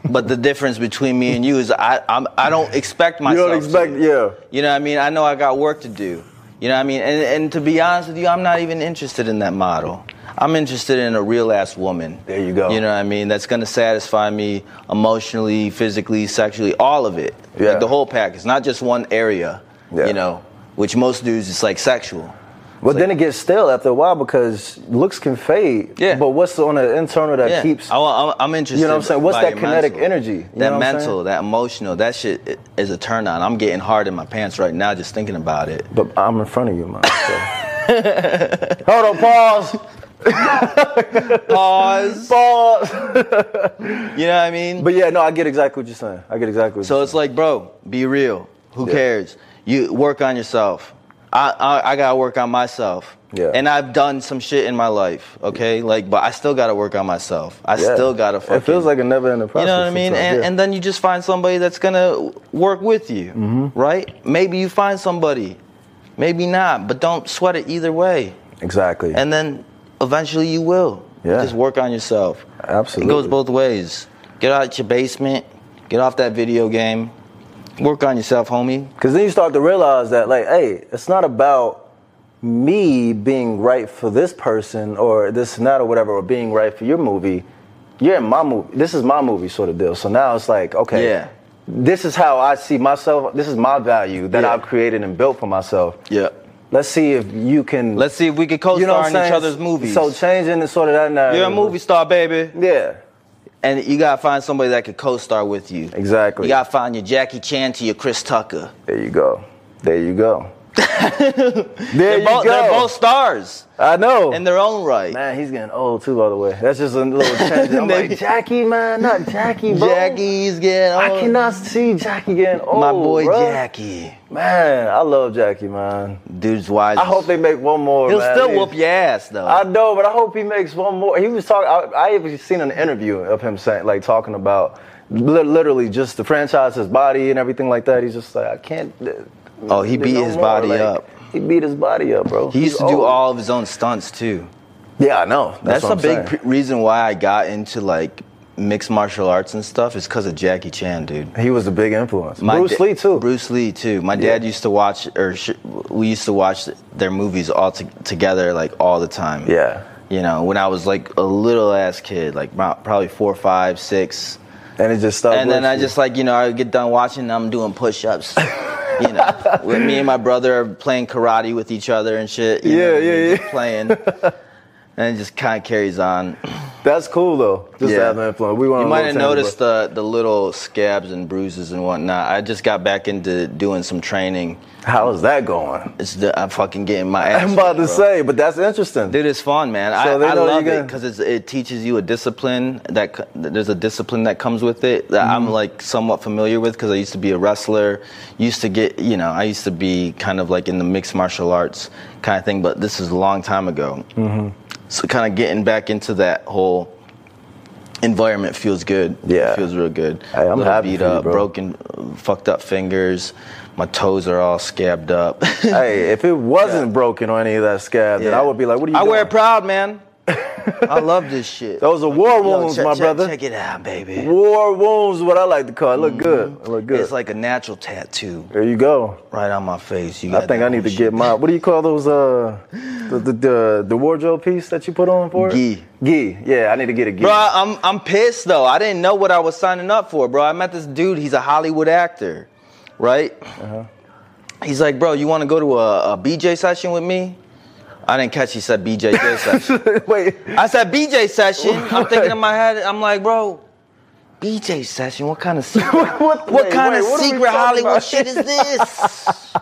Speaker 3: but the difference between me and you is I I'm, I don't expect
Speaker 2: you
Speaker 3: myself.
Speaker 2: don't
Speaker 3: to.
Speaker 2: expect, yeah.
Speaker 3: You know what I mean? I know I got work to do. You know what I mean? And, and to be honest with you, I'm not even interested in that model. I'm interested in a real ass woman.
Speaker 2: There you go.
Speaker 3: You know what I mean? That's going to satisfy me emotionally, physically, sexually, all of it.
Speaker 2: Yeah.
Speaker 3: Like the whole package, not just one area,
Speaker 2: Yeah.
Speaker 3: you know, which most dudes it's like sexual.
Speaker 2: But then it gets stale after a while because looks can fade.
Speaker 3: Yeah.
Speaker 2: But what's on the internal that
Speaker 3: Yeah.
Speaker 2: keeps?
Speaker 3: I, am interested.
Speaker 2: You know what I'm saying? What's
Speaker 3: by
Speaker 2: that
Speaker 3: your
Speaker 2: kinetic
Speaker 3: mental.
Speaker 2: energy? You know
Speaker 3: that
Speaker 2: what I'm
Speaker 3: mental,
Speaker 2: saying?
Speaker 3: that emotional, that shit i- is a turn on. I'm getting hard in my pants right now just thinking about it.
Speaker 2: But I'm in front of you, man. So. Hold on, pause.
Speaker 3: Pause.
Speaker 2: Pause.
Speaker 3: You know what I mean?
Speaker 2: But yeah, no, I get exactly what you're saying. I get exactly what
Speaker 3: So
Speaker 2: you're
Speaker 3: it's like, bro, be real. Who
Speaker 2: Yeah.
Speaker 3: cares? You work on yourself. I, I I gotta work on myself.
Speaker 2: Yeah.
Speaker 3: And I've done some shit in my life, okay? Like, but I still gotta work on myself. I
Speaker 2: saying. Yeah.
Speaker 3: still gotta fucking.
Speaker 2: It feels like a never ending
Speaker 3: You
Speaker 2: process.
Speaker 3: know what I mean?
Speaker 2: sometimes,
Speaker 3: And,
Speaker 2: yeah.
Speaker 3: and then you just find somebody that's gonna work with you,
Speaker 2: Mm-hmm.
Speaker 3: right? Maybe you find somebody, maybe not, but don't sweat it either way.
Speaker 2: exactly.
Speaker 3: And then eventually you will.
Speaker 2: Yeah.
Speaker 3: Just work on yourself.
Speaker 2: Absolutely.
Speaker 3: It goes both ways. Get out your basement, get off that video game, work on yourself, homie.
Speaker 2: Because then you start to realize that, like, hey, it's not about me being right for this person or this and that or whatever, or being right for your movie. You're in my movie. This is my movie, sort of deal. So now it's like, okay,
Speaker 3: Yeah.
Speaker 2: this is how I see myself. This is my value that
Speaker 3: Yeah.
Speaker 2: I've created and built for myself.
Speaker 3: Yeah.
Speaker 2: Let's see if you can.
Speaker 3: Let's see if we can co
Speaker 2: you know what
Speaker 3: star
Speaker 2: I'm
Speaker 3: in each
Speaker 2: saying?
Speaker 3: other's movies.
Speaker 2: So changing is sort of that narrative.
Speaker 3: You're a movie star, baby.
Speaker 2: Yeah.
Speaker 3: And you gotta find somebody that could co star with you.
Speaker 2: Exactly.
Speaker 3: You gotta find your Jackie Chan to your Chris Tucker.
Speaker 2: There you go. There you go. there
Speaker 3: They're,
Speaker 2: you
Speaker 3: both,
Speaker 2: go.
Speaker 3: they're both stars
Speaker 2: I know.
Speaker 3: in their own right.
Speaker 2: Man, he's getting old too, by the way. That's just a little change. I'm like, Jackie, man, not Jackie, bro.
Speaker 3: Jackie's getting
Speaker 2: I
Speaker 3: old.
Speaker 2: cannot see Jackie getting old.
Speaker 3: My boy
Speaker 2: Oh, bruh.
Speaker 3: Jackie.
Speaker 2: Man, I love Jackie, man.
Speaker 3: Dude's wise.
Speaker 2: I hope they make one more.
Speaker 3: He'll
Speaker 2: man.
Speaker 3: still
Speaker 2: He-
Speaker 3: whoop your ass, though.
Speaker 2: I know, but I hope he makes one more. He was talking. I, I even seen an interview of him saying, like, talking about li- literally just the franchise, his body, and everything like that. He's just like, I can't. uh,
Speaker 3: Oh, he beat
Speaker 2: no
Speaker 3: his
Speaker 2: more.
Speaker 3: body
Speaker 2: Like,
Speaker 3: up.
Speaker 2: He beat his body up, bro.
Speaker 3: He used to
Speaker 2: He's
Speaker 3: do
Speaker 2: old.
Speaker 3: all of his own stunts too.
Speaker 2: Yeah, I know. That's,
Speaker 3: That's,
Speaker 2: what
Speaker 3: a
Speaker 2: I'm
Speaker 3: big
Speaker 2: saying.
Speaker 3: p- reason why I got into like mixed martial arts and stuff is because of Jackie Chan, dude.
Speaker 2: He was a big influence.
Speaker 3: My
Speaker 2: Bruce
Speaker 3: da-
Speaker 2: Lee too.
Speaker 3: Bruce Lee too. My dad used to watch, or sh- we used to watch their movies all to- together, like all the time.
Speaker 2: Yeah.
Speaker 3: You know, when I was like a little ass kid, like about- probably four, five, six,
Speaker 2: And it just stuck.
Speaker 3: and then
Speaker 2: with
Speaker 3: I
Speaker 2: you.
Speaker 3: just like you know I would get done watching, and I'm doing push-ups. You know, with me and my brother are playing karate with each other and shit. you
Speaker 2: Yeah,
Speaker 3: know what I
Speaker 2: yeah,
Speaker 3: mean,
Speaker 2: yeah.
Speaker 3: just Playing, and it just kind of carries on.
Speaker 2: That's cool though. Just
Speaker 3: Yeah.
Speaker 2: to have an influence. We want
Speaker 3: You might have noticed the the little scabs and bruises and whatnot. I just got back into doing some training.
Speaker 2: How is that going?
Speaker 3: It's the, I'm fucking getting my ass.
Speaker 2: I'm about to
Speaker 3: kicked, bro.
Speaker 2: say, but that's interesting.
Speaker 3: Dude, it's fun, man. I,
Speaker 2: So they
Speaker 3: I
Speaker 2: know
Speaker 3: love
Speaker 2: you
Speaker 3: it
Speaker 2: gonna-
Speaker 3: because it teaches you a discipline that c- there's a discipline that comes with it that
Speaker 2: Mm-hmm.
Speaker 3: I'm like somewhat familiar with because I used to be a wrestler, used to get you know I used to be kind of like in the mixed martial arts kind of thing, but this is a long time ago. Mm-hmm. So kind of getting back into that whole environment feels good.
Speaker 2: Yeah.
Speaker 3: it feels real good.
Speaker 2: Hey, I'm
Speaker 3: Little
Speaker 2: happy
Speaker 3: beat
Speaker 2: for you,
Speaker 3: up,
Speaker 2: bro.
Speaker 3: broken, uh, fucked up fingers. My toes are all scabbed up.
Speaker 2: hey, if it wasn't broken or any of that scab, then
Speaker 3: Yeah.
Speaker 2: I would be like, "What are you?"
Speaker 3: I
Speaker 2: doing?
Speaker 3: wear it proud, man. I love this shit.
Speaker 2: Those are war wounds,
Speaker 3: check,
Speaker 2: my
Speaker 3: check-
Speaker 2: brother.
Speaker 3: Check it out, baby.
Speaker 2: War wounds, is what I like to call. It look good. It look good.
Speaker 3: Mm-hmm. It's like a natural tattoo
Speaker 2: there you go.
Speaker 3: right on my face. You
Speaker 2: I
Speaker 3: got
Speaker 2: think
Speaker 3: that
Speaker 2: I need to
Speaker 3: whole
Speaker 2: get my. What do you call those? Uh, the the, the, the wardrobe piece that you put on for it.
Speaker 3: Gi.
Speaker 2: Gi. Yeah, I need to get a gi.
Speaker 3: Bro, I- I'm I'm pissed though. I didn't know what I was signing up for, bro. I met this dude. He's a Hollywood actor, right?
Speaker 2: Uh-huh.
Speaker 3: He's like, bro, you want to go to a, a BJ session with me? I didn't catch. He said BJJ session.
Speaker 2: Wait.
Speaker 3: I said BJ session. I'm thinking in my head. I'm like, bro, BJ session. What kind of secret?
Speaker 2: What,
Speaker 3: What
Speaker 2: wait,
Speaker 3: kind
Speaker 2: wait,
Speaker 3: of
Speaker 2: what are we
Speaker 3: secret
Speaker 2: talking
Speaker 3: Hollywood
Speaker 2: about?
Speaker 3: shit is this?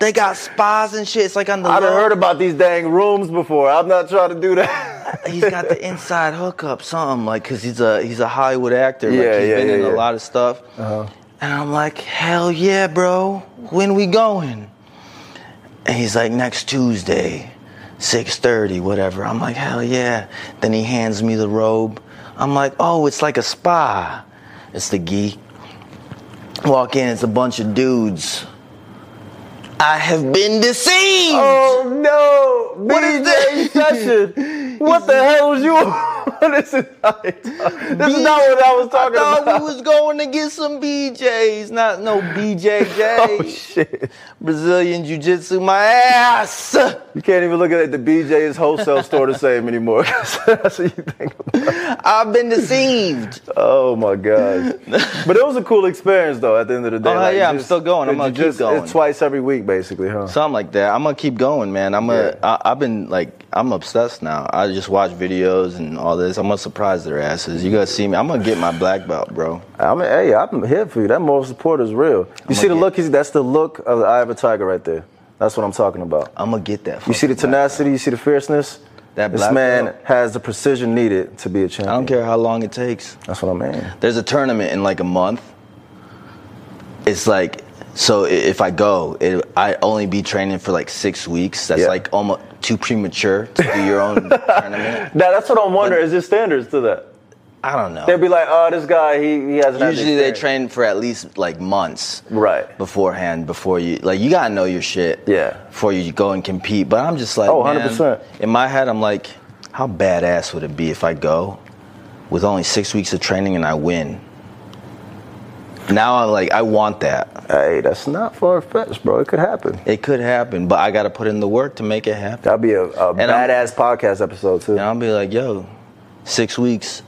Speaker 3: they got spas and shit. It's like on the.
Speaker 2: I done
Speaker 3: low.
Speaker 2: heard about these dang rooms before. I'm not trying to do that.
Speaker 3: He's got the inside hookup, something like because he's a he's a Hollywood actor. Like,
Speaker 2: Yeah,
Speaker 3: he's
Speaker 2: yeah,
Speaker 3: been
Speaker 2: yeah,
Speaker 3: in
Speaker 2: Uh-huh.
Speaker 3: a
Speaker 2: yeah.
Speaker 3: lot of stuff. And I'm like, hell yeah, bro. When we going? And he's like, next Tuesday, 6:30, whatever. I'm like, hell yeah. Then he hands me the robe. I'm like, oh, it's like a spa. It's the geek. Walk in, it's a bunch of dudes. I have been deceived.
Speaker 2: Oh no!
Speaker 3: What is
Speaker 2: BJ
Speaker 3: that?
Speaker 2: session. What the hell was you on? this is not, this is not what I was talking
Speaker 3: thought
Speaker 2: about.
Speaker 3: we was going to get some BJs, not no BJJ.
Speaker 2: oh shit!
Speaker 3: Brazilian jiu-jitsu, my ass.
Speaker 2: You can't even look at it. The BJ's wholesale store the same anymore. That's what you think. About.
Speaker 3: I've been deceived.
Speaker 2: Oh my god! But it was a cool experience though. At the end of the day,
Speaker 3: Oh, yeah, I'm still going. I'm
Speaker 2: it-
Speaker 3: gonna
Speaker 2: you
Speaker 3: keep
Speaker 2: just-
Speaker 3: going.
Speaker 2: It's twice every week, basically, huh?
Speaker 3: Something like that. I'm gonna keep going, man. I'm a.
Speaker 2: Yeah.
Speaker 3: I, I've been like, I'm obsessed now. I just watch videos and all this. I'm gonna surprise their asses. You gonna see me? I'm gonna get my black belt, bro.
Speaker 2: I mean, hey, I'm here for you. That moral support is real. You see the
Speaker 3: get-
Speaker 2: look? He's, that's the look of the eye of a tiger right there. That's what I'm talking about.
Speaker 3: I'm gonna get that.
Speaker 2: You see the
Speaker 3: fucking black
Speaker 2: tenacity, you see the fierceness.
Speaker 3: That
Speaker 2: this
Speaker 3: black
Speaker 2: man
Speaker 3: belt.
Speaker 2: has the precision needed to be a champion.
Speaker 3: belt. I don't care how long it takes.
Speaker 2: That's what I mean.
Speaker 3: There's a tournament in like a month. It's like so i- if I go, it, I only be training for like six weeks. That's
Speaker 2: Yeah.
Speaker 3: like almost too premature to do your own tournament.
Speaker 2: Now, that's what I'm wondering. Is there standards to that?
Speaker 3: I don't know.
Speaker 2: They'd be like, oh, this guy, he, he hasn't. had the
Speaker 3: Usually they
Speaker 2: experience."
Speaker 3: train for at least like months.
Speaker 2: Right.
Speaker 3: Beforehand, before you like you gotta know your shit.
Speaker 2: Yeah.
Speaker 3: Before you go and compete. But I'm just like
Speaker 2: Oh,
Speaker 3: man,
Speaker 2: 100%.
Speaker 3: In my head I'm like, how badass would it be if I go with only six weeks of training and I win? Now I'm like, I want that.
Speaker 2: Hey, that's not far fetched, bro. It could happen.
Speaker 3: It could happen, but I gotta put in the work to make it happen.
Speaker 2: That'd be a, a
Speaker 3: And I'm-
Speaker 2: badass podcast episode too.
Speaker 3: And I'll be like, yo, six weeks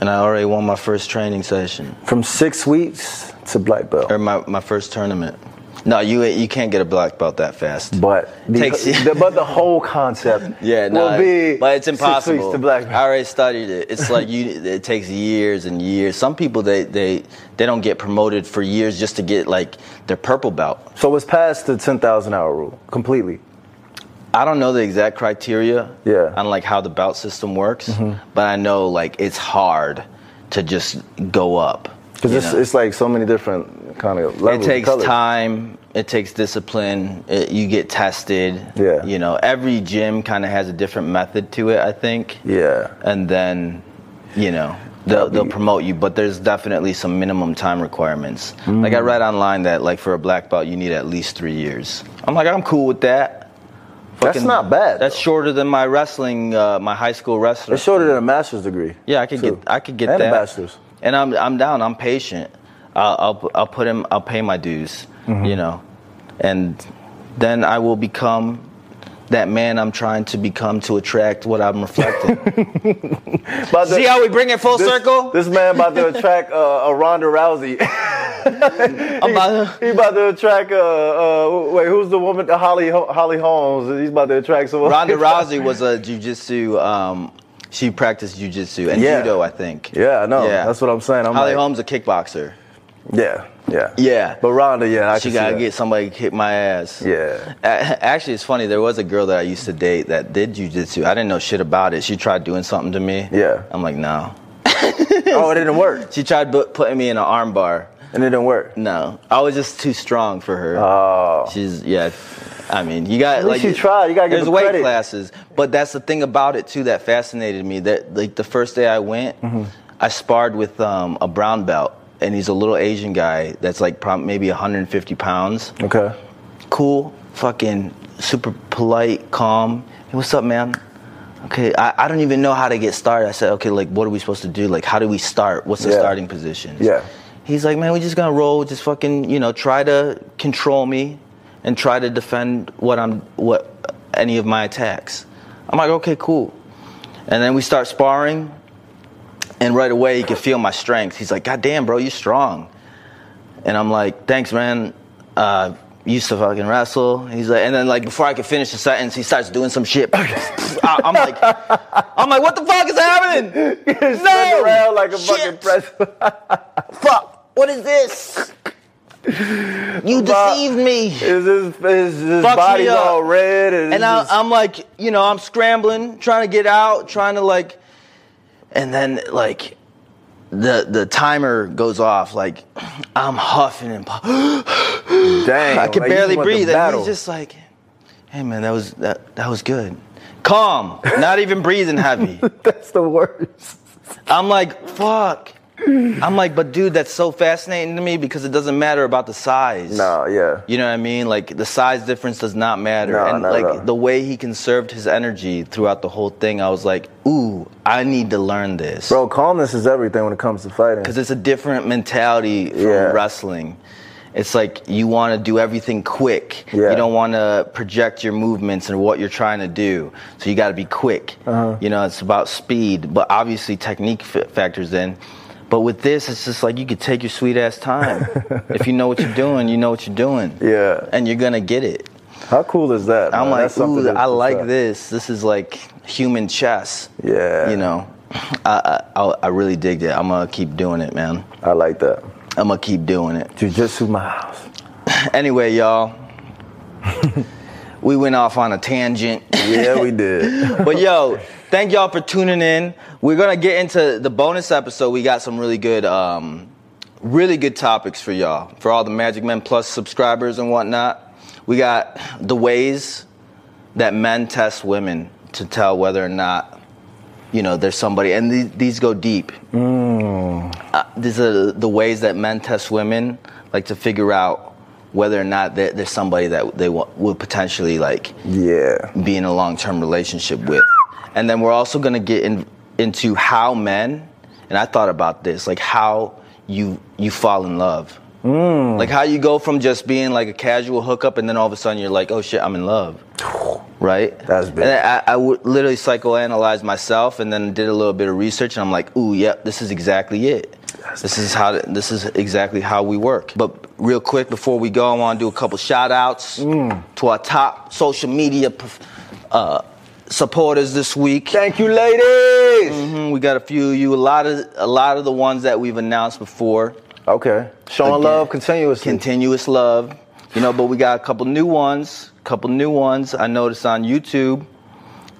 Speaker 3: and I already won my first training session.
Speaker 2: From six weeks to black belt.
Speaker 3: or my, my first tournament. No, you you can't get a black belt that fast.
Speaker 2: But the,
Speaker 3: Takes-
Speaker 2: the- but the whole concept
Speaker 3: yeah,
Speaker 2: will
Speaker 3: no,
Speaker 2: be
Speaker 3: but it's impossible.
Speaker 2: Six weeks to black
Speaker 3: I already studied it. It's like you. It takes years and years. Some people they they they don't get promoted for years just to get like their purple belt.
Speaker 2: So it's past the ten thousand hour rule completely.
Speaker 3: I don't know the exact criteria
Speaker 2: Yeah. Mm-hmm.
Speaker 3: on like how the bout system works, but I know like it's hard to just go up.
Speaker 2: Because
Speaker 3: you
Speaker 2: it's,
Speaker 3: know?
Speaker 2: it's like so many different kind of levels.
Speaker 3: it
Speaker 2: and
Speaker 3: takes
Speaker 2: colors.
Speaker 3: time it takes discipline it, you get tested
Speaker 2: Yeah.
Speaker 3: you know every gym kind of has a different method to it i think
Speaker 2: Yeah.
Speaker 3: and then you know they'll, they'll promote you but there's definitely some minimum time requirements like
Speaker 2: Mm.
Speaker 3: i read online that like for a black belt you need at least three years i'm like i'm cool with that
Speaker 2: That's
Speaker 3: Fucking-
Speaker 2: not bad.
Speaker 3: that's
Speaker 2: though.
Speaker 3: shorter than my wrestling uh, my high school wrestling
Speaker 2: It's shorter than a master's degree.
Speaker 3: yeah, I could
Speaker 2: too.
Speaker 3: get I could get
Speaker 2: and
Speaker 3: that.
Speaker 2: a bachelor's.
Speaker 3: And I'm I'm down. I'm patient. I'll I'll, I'll put him. I'll pay my dues.
Speaker 2: Mm-hmm.
Speaker 3: You know, and then I will become that man I'm trying to become to attract what I'm reflecting.
Speaker 2: About to-
Speaker 3: See how we bring it full
Speaker 2: this,
Speaker 3: circle?
Speaker 2: This man about to attract uh, a Ronda Rousey.
Speaker 3: I'm about to-
Speaker 2: he about to attract uh, uh wait who's the woman Holly Ho- Holly Holmes? He's about to attract someone.
Speaker 3: Ronda Rousey was a jujitsu. Um, she practiced jujitsu and
Speaker 2: Yeah.
Speaker 3: judo, I think.
Speaker 2: Yeah, I know. That's what I'm saying. I'm
Speaker 3: Holly
Speaker 2: like-
Speaker 3: Holmes a kickboxer.
Speaker 2: Yeah, yeah,
Speaker 3: Yeah.
Speaker 2: But Ronda, yeah, I
Speaker 3: she
Speaker 2: can see
Speaker 3: gotta
Speaker 2: that.
Speaker 3: get somebody to kick my ass.
Speaker 2: Yeah.
Speaker 3: A- Actually, it's funny. There was a girl that I used to date that did jujitsu. I didn't know shit about it. She tried doing something to me.
Speaker 2: Yeah.
Speaker 3: I'm like, no.
Speaker 2: Oh, it didn't work.
Speaker 3: She tried bu- putting me in an arm bar.
Speaker 2: And it didn't work.
Speaker 3: No, I was just too strong for her.
Speaker 2: Oh.
Speaker 3: She's yeah. I mean, you got
Speaker 2: At
Speaker 3: like
Speaker 2: least you tried. You gotta give
Speaker 3: there's
Speaker 2: her
Speaker 3: weight
Speaker 2: credit.
Speaker 3: classes, but that's the thing about it too that fascinated me. That like the first day I went,
Speaker 2: Mm-hmm.
Speaker 3: I sparred with um, a brown belt, and he's a little Asian guy that's like prob- maybe 150 pounds.
Speaker 2: Okay.
Speaker 3: cool, fucking super polite, calm. Hey, what's up, man? Okay, I, I don't even know how to get started. I said, okay, like, what are we supposed to do? Like, how do we start? What's the
Speaker 2: Yeah.
Speaker 3: starting position?
Speaker 2: Yeah.
Speaker 3: He's like, man, we just gonna roll, just fucking, you know, try to control me and try to defend what I'm, what, any of my attacks. I'm like, okay, cool. And then we start sparring, and right away he could feel my strength. He's like, God damn, bro, you're strong. And I'm like, thanks, man. Uh, used to fucking wrestle. He's like, and then like before I could finish the sentence, he starts doing some shit. I- I'm like, I'm like, what the fuck is happening?
Speaker 2: Spin around like a
Speaker 3: Shit.
Speaker 2: fucking press.
Speaker 3: Fuck! What is this? You deceived me.
Speaker 2: His, his, his, his
Speaker 3: Fucks me
Speaker 2: body's
Speaker 3: up.
Speaker 2: all red. And,
Speaker 3: and
Speaker 2: it's
Speaker 3: I,
Speaker 2: just-
Speaker 3: I'm like, you know, I'm scrambling, trying to get out, trying to like, and then like, the the timer goes off. Like, I'm huffing and puffing.
Speaker 2: dang.
Speaker 3: I can
Speaker 2: like, you
Speaker 3: barely
Speaker 2: want the
Speaker 3: breathe. And
Speaker 2: battle.
Speaker 3: he's just like, hey man, that was that that was good. Calm, not even breathing heavy.
Speaker 2: That's the worst.
Speaker 3: I'm like, fuck. I'm like, but dude, that's so fascinating to me because it doesn't matter about the size.
Speaker 2: No, yeah.
Speaker 3: You know what I mean? Like the size difference does not matter.
Speaker 2: No,
Speaker 3: and
Speaker 2: not at
Speaker 3: like
Speaker 2: all.
Speaker 3: the way he conserved his energy throughout the whole thing, I was like, ooh, I need to learn this.
Speaker 2: Bro, calmness is everything when it comes to fighting.
Speaker 3: Because it's a different mentality from
Speaker 2: Yeah.
Speaker 3: wrestling. It's like you want to do everything quick.
Speaker 2: Yeah.
Speaker 3: You don't want to project your movements and what you're trying to do. So you got to be quick.
Speaker 2: Uh-huh.
Speaker 3: You know, it's about speed, but obviously technique f- factors in. But with this, it's just like you could take your sweet ass time. if you know what you're doing, you know what you're doing.
Speaker 2: Yeah.
Speaker 3: And you're going to get it.
Speaker 2: How cool is that?
Speaker 3: I'm
Speaker 2: man? That's
Speaker 3: like,
Speaker 2: something
Speaker 3: ooh,
Speaker 2: to-
Speaker 3: I
Speaker 2: to
Speaker 3: like
Speaker 2: try.
Speaker 3: this. This is like human chess.
Speaker 2: Yeah.
Speaker 3: You know, I, I, I- I really dig it. I'm going to keep doing it, man.
Speaker 2: I like that.
Speaker 3: I'm gonna keep doing it.
Speaker 2: Jujitsu miles.
Speaker 3: Anyway, y'all, we went off on a tangent.
Speaker 2: yeah, we did.
Speaker 3: but yo, thank y'all for tuning in. We're gonna get into the bonus episode. We got some really good, um, really good topics for y'all, for all the Magic Men Plus subscribers and whatnot. We got the ways that men test women to tell whether or not you know there's somebody, and these, these go deep. Uh, these are the ways that men test women, like to figure out whether or not there- there's somebody that they wa- would potentially like
Speaker 2: Yeah.
Speaker 3: be in a long-term relationship with. And then we're also going to get in, into how men, and I thought about this, like how you you fall in love. Like how you go from just being like a casual hookup and then all of a sudden you're like, "Oh shit, I'm in love." Right?
Speaker 2: That's big.
Speaker 3: And I, I would literally psychoanalyzed myself and then did a little bit of research and I'm like, "Ooh, yep, this is exactly it." this is how this is exactly how we work. But real quick before we go, I want to do a couple shout outs
Speaker 2: Mm.
Speaker 3: to our top social media uh, supporters this week.
Speaker 2: Thank you, ladies.
Speaker 3: Mhm, we got a few of you, a lot of a lot of the ones that we've announced before.
Speaker 2: Okay. Showing
Speaker 3: Again,
Speaker 2: love continuously.
Speaker 3: Continuous love, you know. But we got a couple new ones, couple new ones. I noticed on YouTube,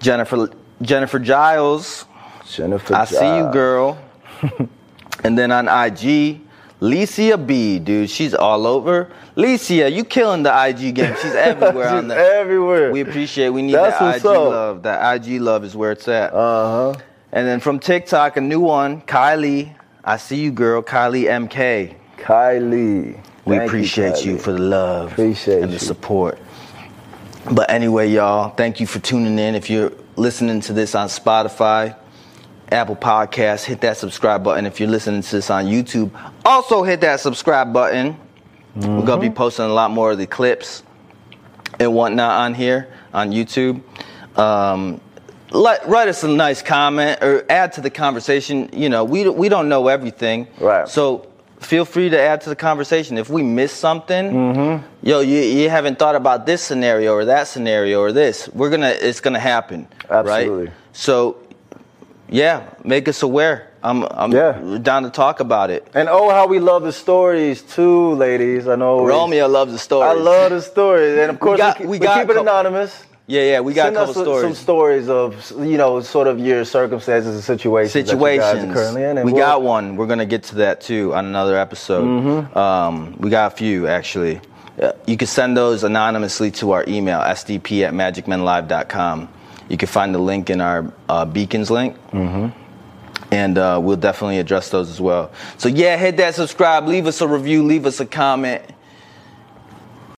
Speaker 3: Jennifer Jennifer Giles.
Speaker 2: Jennifer.
Speaker 3: I see you,
Speaker 2: Giles.
Speaker 3: girl. and then on IG, Licia B, dude, she's all over. Licia, you killing the IG game. She's everywhere
Speaker 2: She's
Speaker 3: on the
Speaker 2: everywhere.
Speaker 3: We appreciate. We need
Speaker 2: That's
Speaker 3: that
Speaker 2: what's
Speaker 3: IG
Speaker 2: up.
Speaker 3: love. That IG love is where it's at. Uh
Speaker 2: Uh-huh.
Speaker 3: huh. And then from TikTok, a new one, Kylie. I see you, girl. Kylie MK.
Speaker 2: Kylie.
Speaker 3: We
Speaker 2: Thank you,
Speaker 3: appreciate you,
Speaker 2: Kylie.
Speaker 3: for the love
Speaker 2: Appreciate
Speaker 3: and the
Speaker 2: you.
Speaker 3: support. But anyway, y'all, thank you for tuning in. If you're listening to this on Spotify, Apple Podcasts, hit that subscribe button. If you're listening to this on YouTube, also hit that subscribe button. We're gonna be
Speaker 2: Mm-hmm.
Speaker 3: posting a lot more of the clips and whatnot on here on YouTube. Um, let, write us a nice comment or add to the conversation. You know, we we don't know everything,
Speaker 2: Right.
Speaker 3: So feel free to add to the conversation. If we miss something,
Speaker 2: Mm-hmm.
Speaker 3: yo, you, you haven't thought about this scenario or that scenario or this. We're gonna, it's gonna happen,
Speaker 2: Absolutely.
Speaker 3: right? So, yeah, make us aware. I'm I'm
Speaker 2: Yeah.
Speaker 3: down to talk about it.
Speaker 2: And oh, how we love the stories too, ladies. I know. we-
Speaker 3: Romeo loves the story.
Speaker 2: I love the stories, and of course we,
Speaker 3: got-
Speaker 2: keep,
Speaker 3: we got
Speaker 2: keep it
Speaker 3: couple-
Speaker 2: anonymous.
Speaker 3: Yeah, yeah, we got
Speaker 2: Send
Speaker 3: a couple
Speaker 2: us some-
Speaker 3: stories.
Speaker 2: some stories of you know sort of your circumstances and situations that you guys
Speaker 3: situations.
Speaker 2: are currently in. and
Speaker 3: we
Speaker 2: we'll-
Speaker 3: got one. We're gonna get to that too on another episode.
Speaker 2: Mm-hmm.
Speaker 3: Um, we got a few actually. Uh, You can send those anonymously to our email sdp at magicmenlive.com. You can find the link in our uh, beacons link.
Speaker 2: Mm-hmm.
Speaker 3: And uh, we'll definitely address those as well. So, yeah, hit that subscribe, leave us a review, leave us a comment,